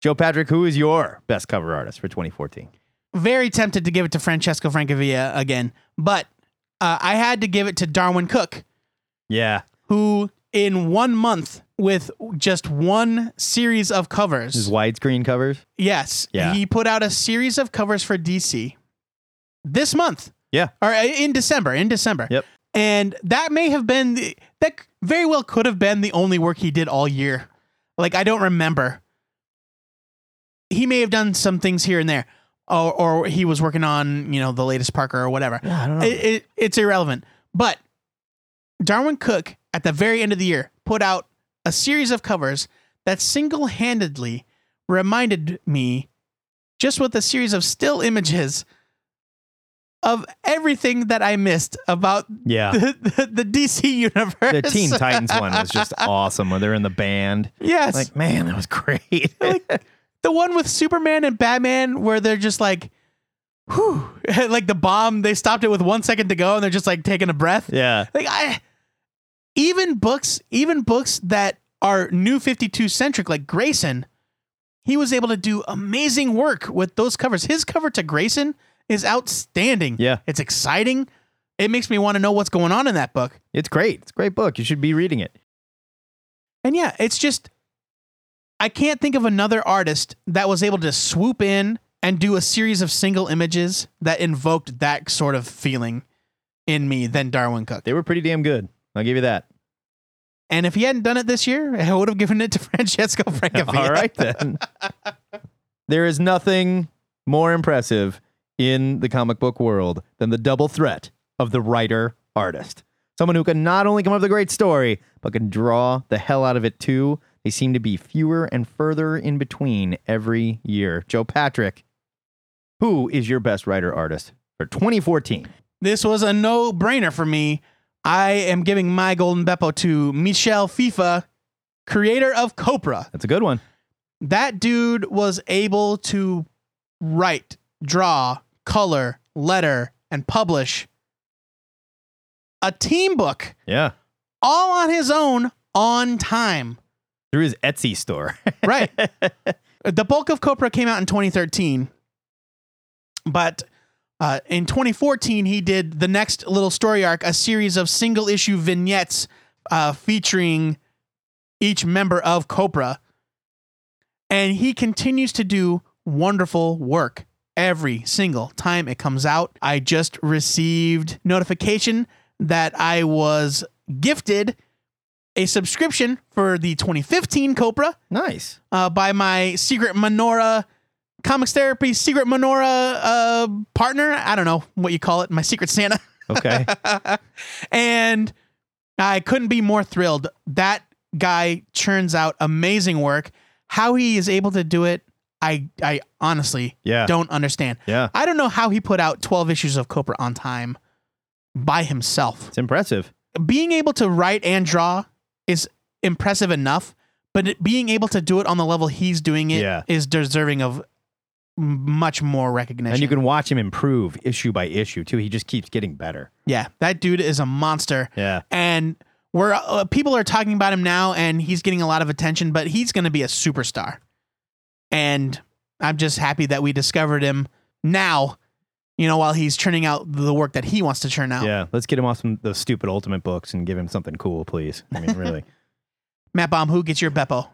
Speaker 2: Joe Patrick, who is your best cover artist for 2014?
Speaker 3: Very tempted to give it to Francesco Francavilla again, but uh, I had to give it to Darwin Cook.
Speaker 2: Yeah.
Speaker 3: who in one month with just one series of
Speaker 2: His
Speaker 3: covers
Speaker 2: widescreen covers.
Speaker 3: yes
Speaker 2: Yeah.
Speaker 3: he put out a series of covers for dc this month
Speaker 2: Yeah.
Speaker 3: or uh, in december in december
Speaker 2: Yep.
Speaker 3: and that may have been the, that very well could have been the only work he did all year like i don't remember he may have done some things here and there or, or he was working on you know the latest parker or whatever
Speaker 2: I don't
Speaker 3: it, it, it's irrelevant. But Darwin Cook, at the very end of the year, put out a series of covers that single handedly reminded me, just with a series of still images, of everything that I missed about
Speaker 2: Yeah.
Speaker 3: the, the, the DC universe.
Speaker 2: The Teen Titans one was just awesome when they're in the band.
Speaker 3: Yes.
Speaker 2: Like, man, that was great.
Speaker 3: the one with Superman and Batman where they're just like, whew, like the bomb, they stopped it with one second to go and they're just like taking a breath.
Speaker 2: yeah.
Speaker 3: Like I even books, even books that are new 52 centric like Grayson, he was able to do amazing work with those covers. His cover to Grayson is outstanding.
Speaker 2: Yeah.
Speaker 3: It's exciting. It makes me want to know what's going on in that book.
Speaker 2: It's great. It's a great book. You should be reading it.
Speaker 3: And yeah, it's just I can't think of another artist that was able to swoop in and do a series of single images that invoked that sort of feeling in me than Darwin Cook.
Speaker 2: They were pretty damn good. I'll give you that.
Speaker 3: And if he hadn't done it this year, I would have given it to Francesco Francavilla.
Speaker 2: All right then. there is nothing more impressive in the comic book world than the double threat of the writer artist. Someone who can not only come up with a great story, but can draw the hell out of it too. They seem to be fewer and further in between every year. Joe Patrick, who is your best writer artist for 2014?
Speaker 3: This was a no brainer for me. I am giving my Golden Beppo to Michelle FIFA, creator of Copra.
Speaker 2: That's a good one.
Speaker 3: That dude was able to write, draw, color, letter, and publish a team book
Speaker 2: Yeah.
Speaker 3: all on his own on time.
Speaker 2: Through his Etsy store.
Speaker 3: Right. the bulk of Copra came out in 2013, but uh, in 2014 he did the next little story arc, a series of single issue vignettes uh, featuring each member of Copra, and he continues to do wonderful work every single time it comes out. I just received notification that I was gifted a subscription for the 2015 Copra
Speaker 2: Nice.
Speaker 3: uh, by my secret menorah comics therapy secret menorah uh, partner i don't know what you call it my secret santa
Speaker 2: Okay.
Speaker 3: and i couldn't be more thrilled that guy churns out amazing work how he is able to do it i i honestly
Speaker 2: Yeah.
Speaker 3: don't understand
Speaker 2: Yeah.
Speaker 3: i don't know how he put out 12 issues of copra on time by himself
Speaker 2: It's impressive.
Speaker 3: being able to write and draw is impressive enough, but it, being able to do it on the level he's doing it is
Speaker 2: Yeah.
Speaker 3: deserving of m- much more recognition.
Speaker 2: And you can watch him improve issue by issue too. He just keeps getting better.
Speaker 3: yeah, that dude is a monster.
Speaker 2: Yeah.
Speaker 3: And we're uh, people are talking about him now, and he's getting a lot of attention, but he's going to be a superstar. And I'm just happy that we discovered him now. You know, while he's churning out the work that he wants to churn out.
Speaker 2: Yeah. Let's get him off some those stupid ultimate books and give him something cool, please. I mean, really.
Speaker 3: Matt Baum, who gets your Beppo?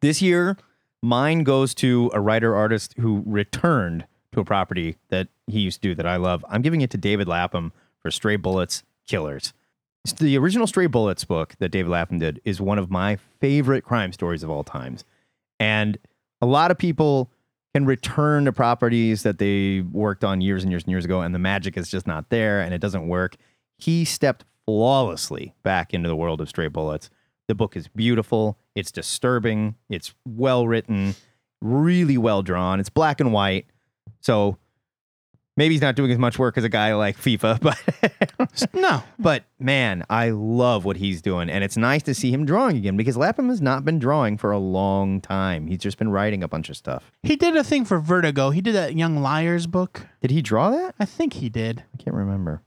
Speaker 2: this year, mine goes to a writer artist who returned to a property that he used to do that I love. I'm giving it to David Lapham for Stray Bullets Killers. It's The original Stray Bullets book that David Lapham did is one of my favorite crime stories of all times. And a lot of people can return to properties that they worked on years and years and years ago, and the magic is just not there and it doesn't work. He stepped flawlessly back into the world of Stray Bullets. The book is beautiful, it's disturbing, it's well written, really well drawn, it's black and white. So maybe he's not doing as much work as a guy like FIFA, but
Speaker 3: No.
Speaker 2: but man, I love what he's doing, and it's nice to see him drawing again because Lapham has not been drawing for a long time. He's just been writing a bunch of stuff.
Speaker 3: He did a thing for Vertigo. He did that Young Liars book.
Speaker 2: Did he draw that?
Speaker 3: I think he did.
Speaker 2: I can't remember.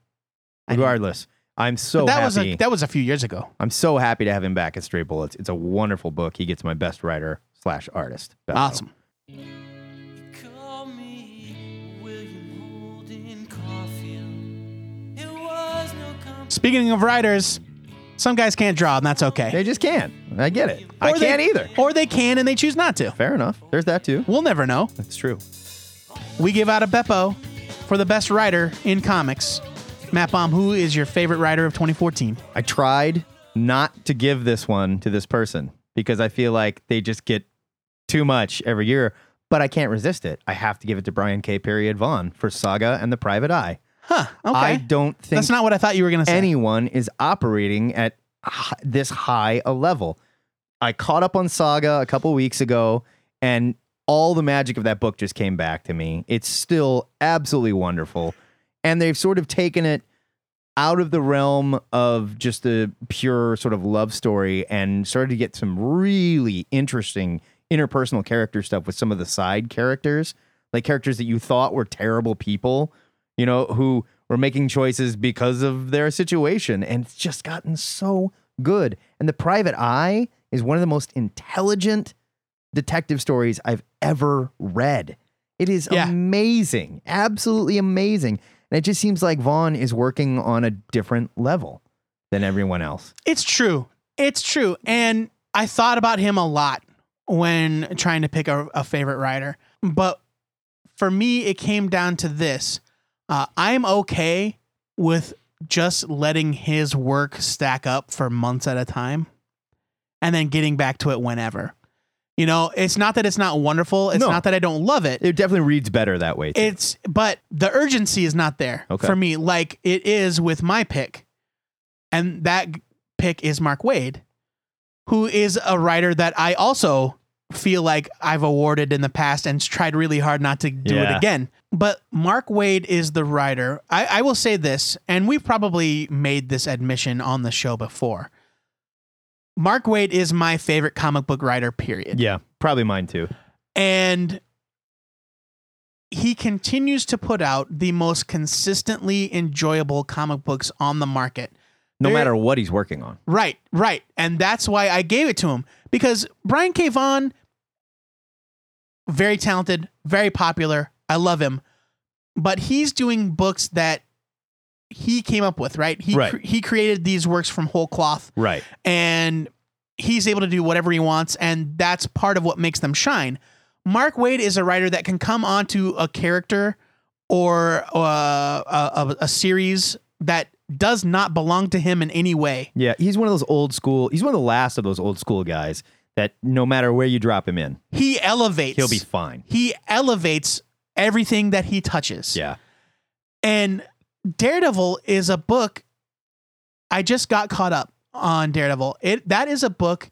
Speaker 3: I don't-
Speaker 2: Regardless, I'm so
Speaker 3: that
Speaker 2: happy.
Speaker 3: was a, that was a few years ago.
Speaker 2: I'm so happy to have him back at Stray Bullets. It's a wonderful book. He gets my best writer slash artist. Beppo.
Speaker 3: Awesome.
Speaker 6: Call me William Holden Caulfield. It was no company.
Speaker 3: Speaking of writers, some guys can't draw, and that's okay.
Speaker 2: They just can't. I get it. I
Speaker 3: Or they-
Speaker 2: can't either.
Speaker 3: Or they can, and they choose not to.
Speaker 2: Fair enough. There's that too.
Speaker 3: We'll never know.
Speaker 2: That's true.
Speaker 3: We give out a Beppo for the best writer in comics. Matt Baum, who is your favorite writer of 2014?
Speaker 2: I tried not to give this one to this person because I feel like they just get too much every year, but I can't resist it. I have to give it to Brian K. Period Vaughn for Saga and the Private Eye.
Speaker 3: Huh. Okay.
Speaker 2: I don't think
Speaker 3: that's not what I thought you were going to say.
Speaker 2: anyone is operating at h- this high a level. I caught up on Saga a couple weeks ago, and all the magic of that book just came back to me. It's still absolutely wonderful, and they've sort of taken it out of the realm of just the pure sort of love story and started to get some really interesting interpersonal character stuff with some of the side characters, like characters that you thought were terrible people, you know, who were making choices because of their situation. And it's just gotten so good. And The Private Eye is one of the most intelligent detective stories I've ever read. It is
Speaker 3: Yeah.
Speaker 2: amazing, absolutely amazing. And it just seems like Vaughn is working on a different level than everyone else.
Speaker 3: It's true. It's true. And I thought about him a lot when trying to pick a, a favorite writer. But for me, it came down to this uh, I'm okay with just letting his work stack up for months at a time and then getting back to it whenever. You know, it's not that it's not wonderful, it's
Speaker 2: No.
Speaker 3: not that I don't love it.
Speaker 2: It definitely reads better that way. too.
Speaker 3: It's but the urgency is not there
Speaker 2: Okay.
Speaker 3: for me like it is with my pick. And that g- pick is Mark Wade, who is a writer that I also feel like I've awarded in the past and s- tried really hard not to do it
Speaker 2: Yeah.
Speaker 3: again. But Mark Wade is the writer. I, I will say this, and we've probably made this admission on the show before. Mark Wade is my favorite comic book writer, period
Speaker 2: yeah, probably mine too.
Speaker 3: and he continues to put out the most consistently enjoyable comic books on the market.
Speaker 2: No
Speaker 3: There-
Speaker 2: matter what he's working on.
Speaker 3: Right, right. And that's why I gave it to him because Brian K. Vaughan very talented, very popular. I love him. But he's doing books that he came up with, right? He
Speaker 2: Right.
Speaker 3: cre- he created these works from whole cloth
Speaker 2: Right.
Speaker 3: and he's able to do whatever he wants and that's part of what makes them shine. Mark Wade is a writer that can come onto a character or uh, a, a, a series that does not belong to him in any way.
Speaker 2: Yeah, he's one of those old school. He's one of the last of those old school guys that no matter where you drop him in,
Speaker 3: He elevates.
Speaker 2: he'll be fine.
Speaker 3: he elevates everything that he touches.
Speaker 2: Yeah.
Speaker 3: And Daredevil is a book. I just got caught up on Daredevil. It that is a book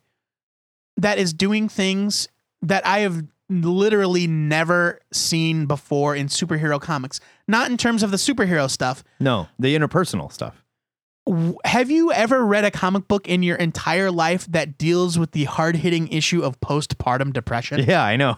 Speaker 3: that is doing things that I have literally never seen before in superhero comics. Not in terms of the superhero stuff.
Speaker 2: No, the interpersonal stuff.
Speaker 3: W- Have you ever read a comic book in your entire life that deals with the hard-hitting issue of postpartum depression?
Speaker 2: Yeah, I know.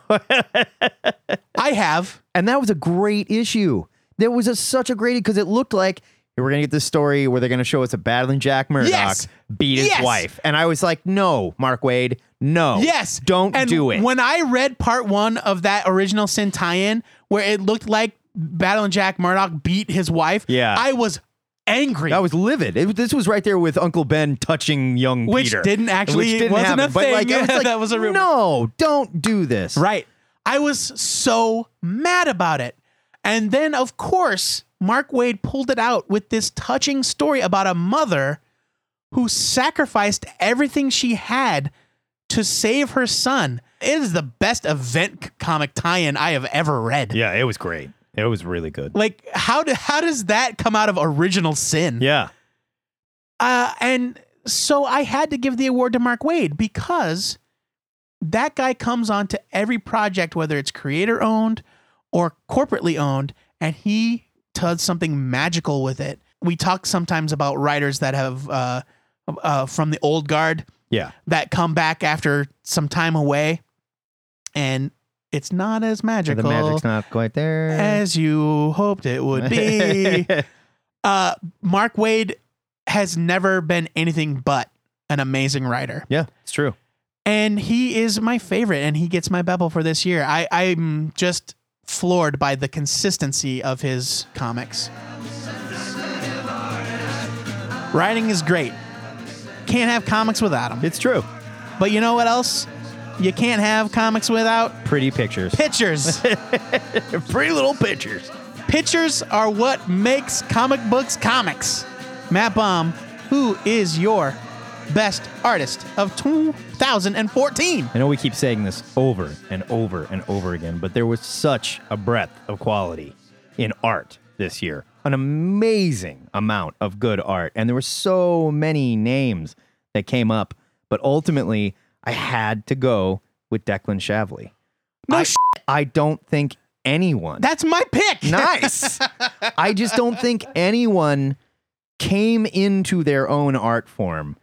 Speaker 3: I have.
Speaker 2: and that was a great issue. That was a, such a great because it looked like "Hey, we're gonna get this story where they're gonna show us a battling Jack Murdoch
Speaker 3: Yes!
Speaker 2: beat his
Speaker 3: Yes!
Speaker 2: wife, and I was like, no, Mark Wade, no,
Speaker 3: Yes.
Speaker 2: Oh, don't
Speaker 3: and
Speaker 2: do it.
Speaker 3: When I read part one of that original Sin tie-in where it looked like Battle and Jack Murdoch beat his wife,
Speaker 2: Yeah.
Speaker 3: I was angry.
Speaker 2: I was livid. It, was- this was right there with Uncle Ben touching young
Speaker 3: Which
Speaker 2: Peter,
Speaker 3: didn't actually- wasn't a
Speaker 2: But like,
Speaker 3: thing.
Speaker 2: I was like,
Speaker 3: That was a rumor.
Speaker 2: No, don't do this.
Speaker 3: right. I was so mad about it. And then, of course, Mark Wade pulled it out with this touching story about a mother who sacrificed everything she had to save her son. It is the best event c- comic tie-in I have ever read.
Speaker 2: Yeah, it was great. It was really good.
Speaker 3: Like how do, how does that come out of original sin?
Speaker 2: Yeah.
Speaker 3: Uh, and so I had to give the award to Mark Wade because that guy comes on to every project, whether it's creator owned or corporately owned, and he does something magical with it. We talk sometimes about writers that have uh, uh, from the old guard
Speaker 2: Yeah.
Speaker 3: that come back after some time away, and it's not as magical
Speaker 2: The magic's not quite there.
Speaker 3: as you hoped it would be. uh, Mark Wade has never been anything but an amazing writer.
Speaker 2: yeah, it's true.
Speaker 3: And he is my favorite, and he gets my Bebel for this year. I, I'm just floored by the consistency of his comics. Writing is great. Can't have comics without him.
Speaker 2: It's true.
Speaker 3: But you know what else? You can't have comics without
Speaker 2: Pretty pictures.
Speaker 3: pictures.
Speaker 2: Pretty little pictures.
Speaker 3: Pictures are what makes comic books comics. Matt Baum, who is your best artist of 2014?
Speaker 2: I know we keep saying this over and over and over again, but there was such a breadth of quality in art this year. An amazing amount of good art. And there were so many names that came up. But ultimately, I had to go with Declan Shavley.
Speaker 3: No
Speaker 2: I,
Speaker 3: sh-
Speaker 2: I don't think anyone
Speaker 3: That's my pick.
Speaker 2: nice. I just don't think anyone came into their own art form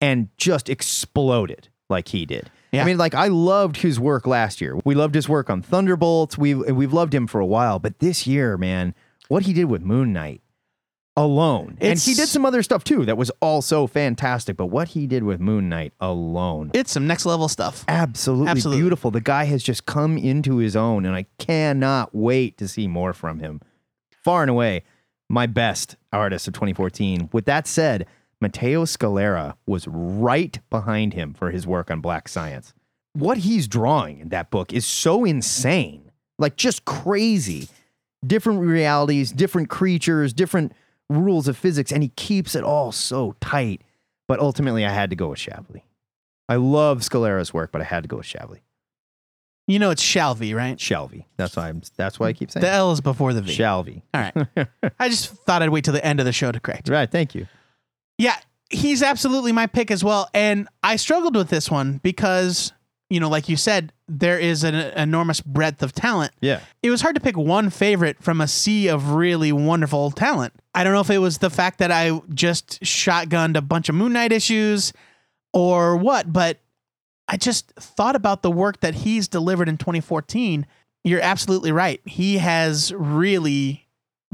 Speaker 2: and just exploded like he did.
Speaker 3: Yeah.
Speaker 2: I mean, like I loved his work last year. We loved his work on Thunderbolts. We've we've loved him for a while, but this year, man, what he did with Moon Knight alone, and
Speaker 3: It's-
Speaker 2: he did some other stuff too that was also fantastic. But what he did with Moon Knight alone
Speaker 3: It's some next level stuff.
Speaker 2: absolutely,
Speaker 3: Absolutely.
Speaker 2: beautiful. The guy has just come into his own, and I cannot wait to see more from him. Far and away, my best artist of 2014. With that said, Matteo Scalera was right behind him for his work on Black Science. What he's drawing in that book is so insane, like just crazy. Different realities, different creatures, different rules of physics, and he keeps it all so tight. But ultimately, I had to go with Shapley. I love Scalera's work, but I had to go with Shavley.
Speaker 3: You know it's Shalvey, right?
Speaker 2: Shelvey. That's why I'm. That's why I keep saying
Speaker 3: The
Speaker 2: it.
Speaker 3: L is before the V.
Speaker 2: Shalvey.
Speaker 3: All right. I just thought I'd wait till the end of the show to correct.
Speaker 2: Right. Thank you.
Speaker 3: Yeah, he's absolutely my pick as well. And I struggled with this one because, you know, like you said, there is an enormous breadth of talent.
Speaker 2: Yeah.
Speaker 3: it was hard to pick one favorite from a sea of really wonderful talent. I don't know if it was the fact that I just shotgunned a bunch of Moon Knight issues or what, but I just thought about the work that he's delivered in 2014. You're absolutely right. He has really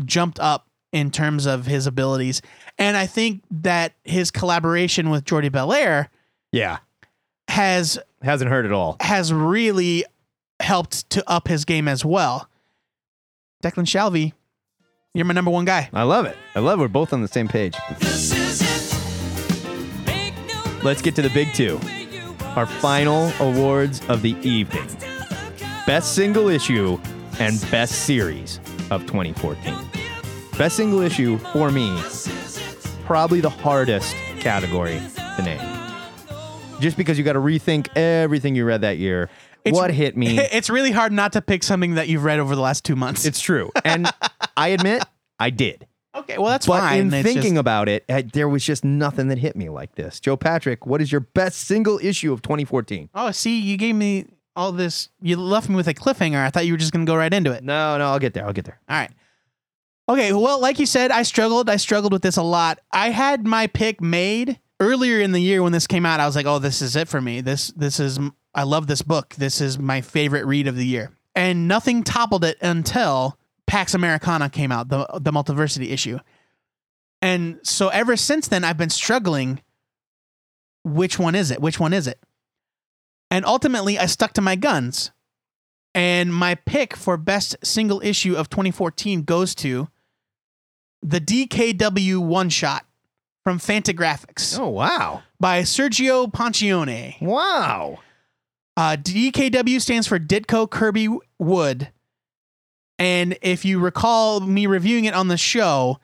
Speaker 3: jumped up in terms of his abilities. And I think that his collaboration with Jordi Belair
Speaker 2: Yeah.
Speaker 3: has
Speaker 2: Hasn't hurt at all.
Speaker 3: has really helped to up his game as well. Declan Shalvey, you're my number one guy.
Speaker 2: I love it. I love we're both on the same page.
Speaker 6: This is it. Make no
Speaker 2: Let's get to the big two.
Speaker 6: mistake where you are.
Speaker 2: Our final awards of the evening. Best single issue and best series of 2014. Best single issue for me, probably the hardest category to name. Just because you got to rethink everything you read that year.
Speaker 3: It's-
Speaker 2: what hit me?
Speaker 3: It's really hard not to pick something that you've read over the last two months.
Speaker 2: It's true. And I admit, I did.
Speaker 3: okay, well that's
Speaker 2: But
Speaker 3: fine.
Speaker 2: in
Speaker 3: It's
Speaker 2: thinking
Speaker 3: just-
Speaker 2: about it, I- there was just nothing that hit me like this. Joe Patrick, what is your best single issue of 2014?
Speaker 3: oh, see, you gave me all this. You left me with a cliffhanger. I thought you were just gonna go right into it.
Speaker 2: No, no, I'll get there. I'll get there.
Speaker 3: All right. Okay, well, like you said, I struggled. I struggled with this a lot. I had my pick made earlier in the year when this came out. I was like, "Oh, this is it for me. This this is I love this book. This is my favorite read of the year." And nothing toppled it until Pax Americana came out, the the multiversity issue. And so ever since then I've been struggling which one is it? Which one is it? And ultimately I stuck to my guns. And my pick for best single issue of 2014 goes to the DKW one shot from Fantagraphics
Speaker 2: Oh, wow.
Speaker 3: by Sergio Poncione.
Speaker 2: Wow.
Speaker 3: Uh, DKW stands for Ditko Kirby Wood. And if you recall me reviewing it on the show,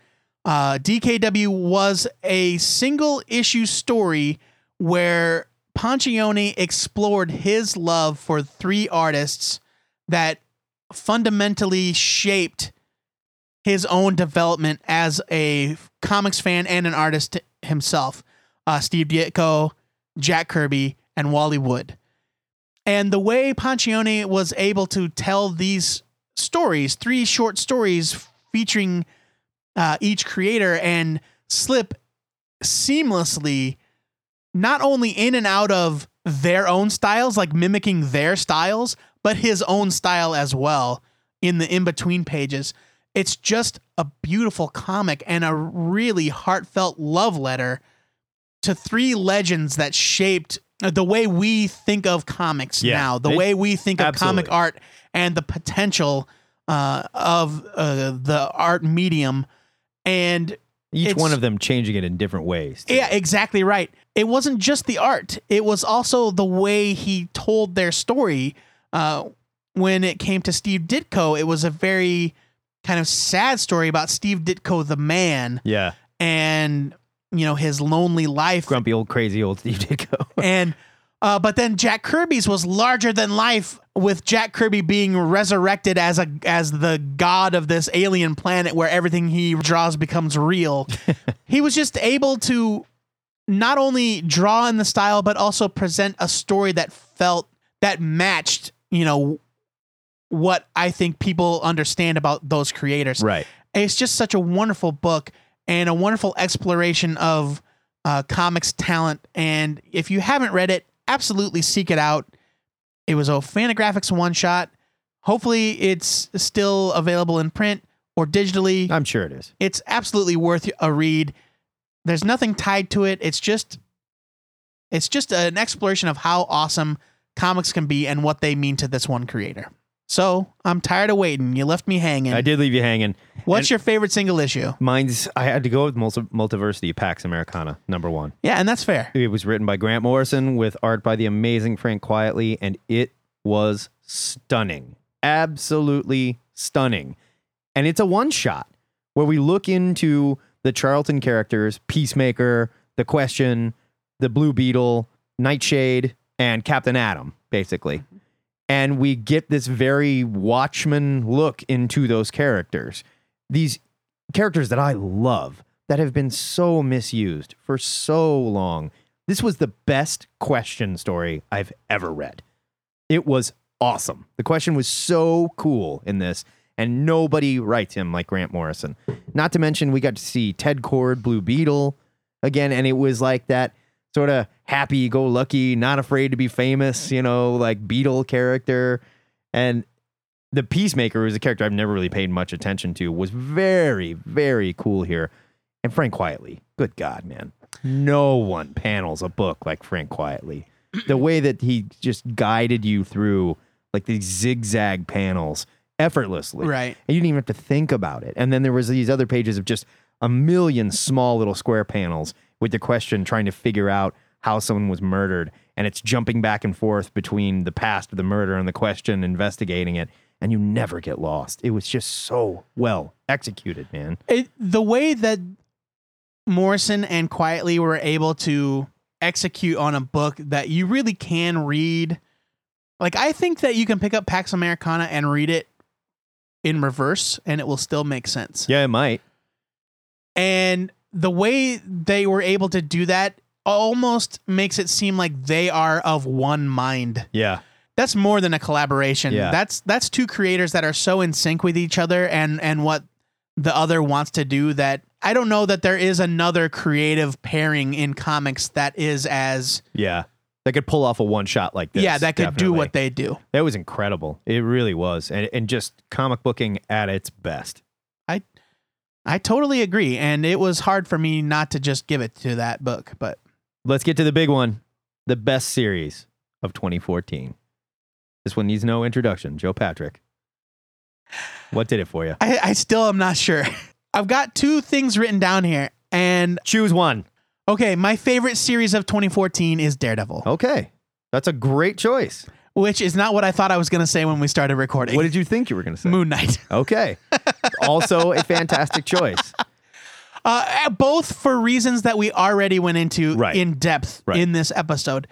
Speaker 3: uh, DKW was a single issue story where Pancione explored his love for three artists that fundamentally shaped his own development as a comics fan and an artist himself uh, Steve Ditko, Jack Kirby, and Wally Wood. And the way Pancione was able to tell these stories, three short stories featuring uh, each creator and slip seamlessly, not only in and out of their own styles, like mimicking their styles, but his own style as well in the in between pages. It's just a beautiful comic and a really heartfelt love letter to three legends that shaped the way we think of comics
Speaker 2: Yeah,
Speaker 3: now, the
Speaker 2: they-
Speaker 3: way we think of comic
Speaker 2: Absolutely.
Speaker 3: art and the potential uh, of uh, the art medium. And
Speaker 2: Each
Speaker 3: It's-
Speaker 2: one of them changing it in different ways. too.
Speaker 3: yeah, exactly right. It wasn't just the art; it was also the way he told their story. Uh, when it came to Steve Ditko, it was a very kind of sad story about Steve Ditko, the man,
Speaker 2: Yeah.
Speaker 3: and you know his lonely life
Speaker 2: Grumpy old, crazy old Steve Ditko.
Speaker 3: and uh, but then Jack Kirby's was larger than life, with Jack Kirby being resurrected as a as the god of this alien planet where everything he draws becomes real. he was just able to not only draw in the style, but also present a story that felt that matched, you know, what I think people understand about those creators
Speaker 2: right.
Speaker 3: it's just such a wonderful book and a wonderful exploration of uh, comics talent. And if you haven't read it, absolutely seek it out. It was a Fantagraphics one shot. Hopefully, it's still available in print or digitally.
Speaker 2: I'm sure it is.
Speaker 3: It's absolutely worth a read. There's nothing tied to it. It's just, it's just an exploration of how awesome comics can be and what they mean to this one creator. So I'm tired of waiting. You left me hanging.
Speaker 2: I did leave you hanging.
Speaker 3: What's your favorite single issue?
Speaker 2: Mine's, I had to go with multi- Multiversity Pax Americana, number one.
Speaker 3: Yeah, and that's fair.
Speaker 2: It was written by Grant Morrison with art by the amazing Frank Quietly, and it was stunning. Absolutely stunning. And it's a one shot where we look into the Charlton characters Peacemaker, The Question, The Blue Beetle, Nightshade, and Captain Atom, basically. And we get this very Watchman look into those characters. These characters that I love that have been so misused for so long. This was the best question story I've ever read. It was awesome. The question was so cool in this, and nobody writes him like Grant Morrison. Not to mention, we got to see Ted Cord, Blue Beetle again, and it was like that sort of happy go lucky, not afraid to be famous, you know, like Beetle character. And the Peacemaker, who's a character I've never really paid much attention to, was very, very cool here. And Frank Quietly, good God, man. No one panels a book like Frank Quietly. The way that he just guided you through like these zigzag panels effortlessly.
Speaker 3: Right.
Speaker 2: And you didn't even have to think about it. And then there was these other pages of just a million small little square panels with the question trying to figure out how someone was murdered. And it's jumping back and forth between the past of the murder and the question investigating it. And you never get lost. It was just so well executed, man.
Speaker 3: it, the way that Morrison and Quietly were able to execute on a book that you really can read. Like I think that you can pick up Pax Americana and read it in reverse and it will still make sense.
Speaker 2: Yeah, it might.
Speaker 3: And the way they were able to do that almost makes it seem like they are of one mind.
Speaker 2: Yeah.
Speaker 3: That's more than a collaboration.
Speaker 2: Yeah.
Speaker 3: That's that's two creators that are so in sync with each other and and what the other wants to do that I don't know that there is another creative pairing in comics that is as
Speaker 2: Yeah. That could pull off a one shot like this.
Speaker 3: yeah, that could do
Speaker 2: definitely.
Speaker 3: what they do.
Speaker 2: That was incredible. It really was. And and just comic booking at its best.
Speaker 3: I totally agree and it was hard for me not to just give it to that book, but
Speaker 2: Let's get to the big one. The best series of 2014. This one needs no introduction. Joe Patrick. What did it for you?
Speaker 3: I, I still am not sure. I've got two things written down here and
Speaker 2: Choose one.
Speaker 3: Okay, my favorite series of 2014 is Daredevil,
Speaker 2: Okay. That's a great choice.
Speaker 3: which is not what I thought I was going to say when we started recording.
Speaker 2: What did you think you were going to say?
Speaker 3: Moon Knight.
Speaker 2: Okay. also a fantastic choice.
Speaker 3: Uh, both for reasons that we already went into
Speaker 2: Right.
Speaker 3: in depth
Speaker 2: Right.
Speaker 3: in this episode.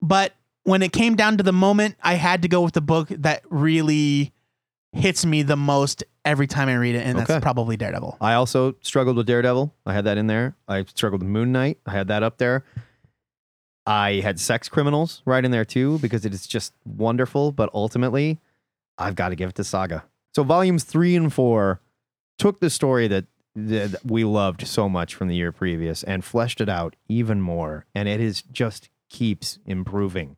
Speaker 3: But when it came down to the moment, I had to go with the book that really hits me the most every time I read it, and
Speaker 2: Okay.
Speaker 3: that's probably Daredevil.
Speaker 2: I also struggled with Daredevil. I had that in there. I struggled with Moon Knight. I had that up there. I had Sex Criminals right in there too because it is just wonderful. But ultimately, I've got to give it to Saga. So volumes three and four took the story that, that we loved so much from the year previous and fleshed it out even more. And it is just keeps improving.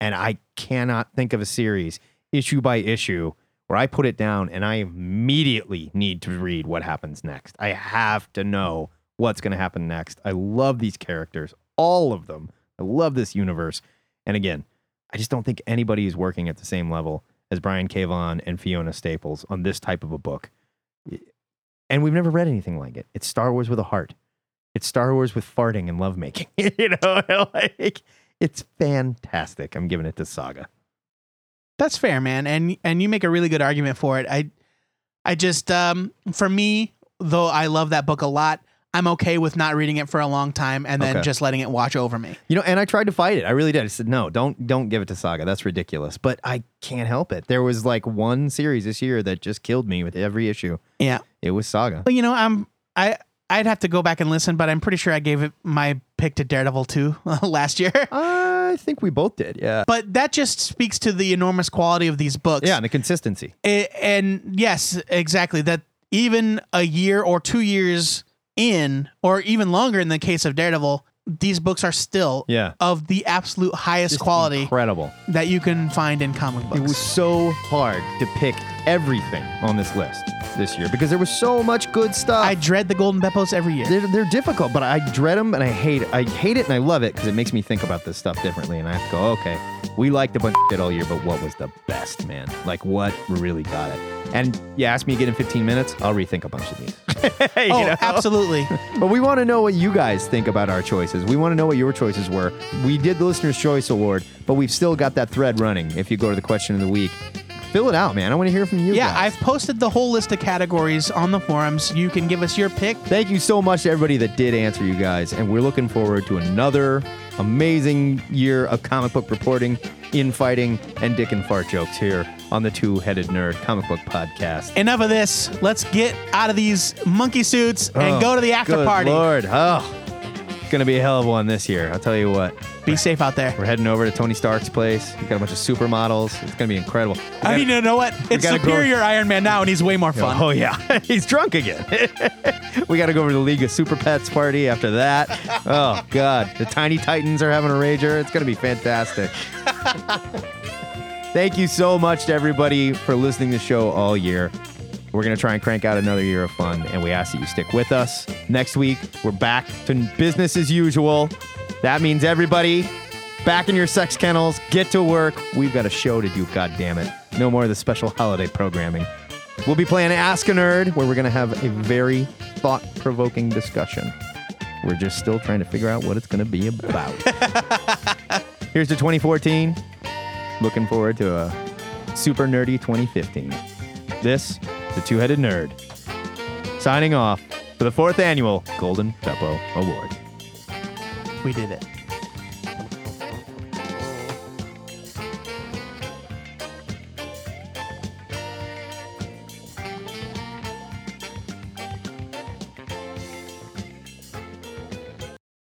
Speaker 2: And I cannot think of a series issue by issue where I put it down and I immediately need to read what happens next. I have to know what's going to happen next. I love these characters, all of them. I love this universe. And again, I just don't think anybody is working at the same level as Brian K. Vaughan and Fiona Staples on this type of a book. And we've never read anything like it. It's Star Wars with a heart. It's Star Wars with farting and lovemaking. you know, like it's fantastic. I'm giving it to Saga.
Speaker 3: That's fair, man, and and you make a really good argument for it. I, I just um, for me though, I love that book a lot. I'm okay with not reading it for a long time and then
Speaker 2: Okay.
Speaker 3: just letting it watch over me.
Speaker 2: You know, and I tried to fight it. I really did. I said, no, don't don't give it to Saga. That's ridiculous. But I can't help it. There was like one series this year that just killed me with every issue.
Speaker 3: Yeah,
Speaker 2: It was Saga.
Speaker 3: but you know, I'm I I'd have to go back and listen, but I'm pretty sure I gave it my pick to Daredevil too last year.
Speaker 2: I think we both did. Yeah.
Speaker 3: But that just speaks to the enormous quality of these books.
Speaker 2: Yeah, and the consistency.
Speaker 3: A- and yes, exactly. That even a year or two years in, or even longer in the case of Daredevil, these books are still
Speaker 2: Yeah.
Speaker 3: of the absolute highest
Speaker 2: Just
Speaker 3: quality
Speaker 2: Incredible.
Speaker 3: that you can find in comic books.
Speaker 2: It was so hard to pick everything on this list this year because there was so much good stuff.
Speaker 3: I dread the Golden Beppos every year.
Speaker 2: they're, they're difficult, but I dread them and I hate it. I hate it and I love it because it makes me think about this stuff differently. And I have to go, okay, we liked a bunch of shit all year, but what was the best, man? Like, what really got it? And you ask me again in 15 minutes, I'll rethink a bunch of these. You
Speaker 3: oh,
Speaker 2: know?
Speaker 3: absolutely.
Speaker 2: But we want to know what you guys think about our choices. We want to know what your choices were. We did the Listener's Choice Award, but we've still got that thread running. If you go to the question of the week, fill it out, man. I want to hear from you
Speaker 3: yeah,
Speaker 2: guys.
Speaker 3: I've posted the whole list of categories on the forums. You can give us your pick.
Speaker 2: Thank you so much to everybody that did answer, you guys. And we're looking forward to another amazing year of comic book reporting, infighting, and dick and fart jokes here on the Two Headed Nerd Comic Book Podcast.
Speaker 3: Enough of this. Let's get out of these monkey suits and
Speaker 2: Oh,
Speaker 3: go to the after
Speaker 2: good
Speaker 3: party.
Speaker 2: Lord. Oh, it's going to be a hell of one this year. I'll tell you what.
Speaker 3: Be safe out there.
Speaker 2: We're heading over to Tony Stark's place. We've got a bunch of supermodels. It's going to be incredible.
Speaker 3: I mean, you know what? It's
Speaker 2: gotta go-
Speaker 3: superior Iron Man now, and he's way more fun.
Speaker 2: Oh yeah, he's drunk again. we got to go over to the League of Super Pets party after that. Oh god, the Tiny Titans are having a rager. It's gonna be fantastic. Thank you so much to everybody for listening to the show all year. We're going to try and crank out another year of fun, and we ask that you stick with us. Next week, we're back to business as usual. That means everybody back in your sex kennels, get to work. We've got a show to do, God damn it! No more of the special holiday programming. We'll be playing Ask a Nerd, where we're going to have a very thought provoking discussion. We're just still trying to figure out what it's going to be about. Here's to 2014. Looking forward to a super nerdy 2015. This, the Two Headed Nerd, signing off for the fourth annual Golden Beppo Award.
Speaker 3: We did it.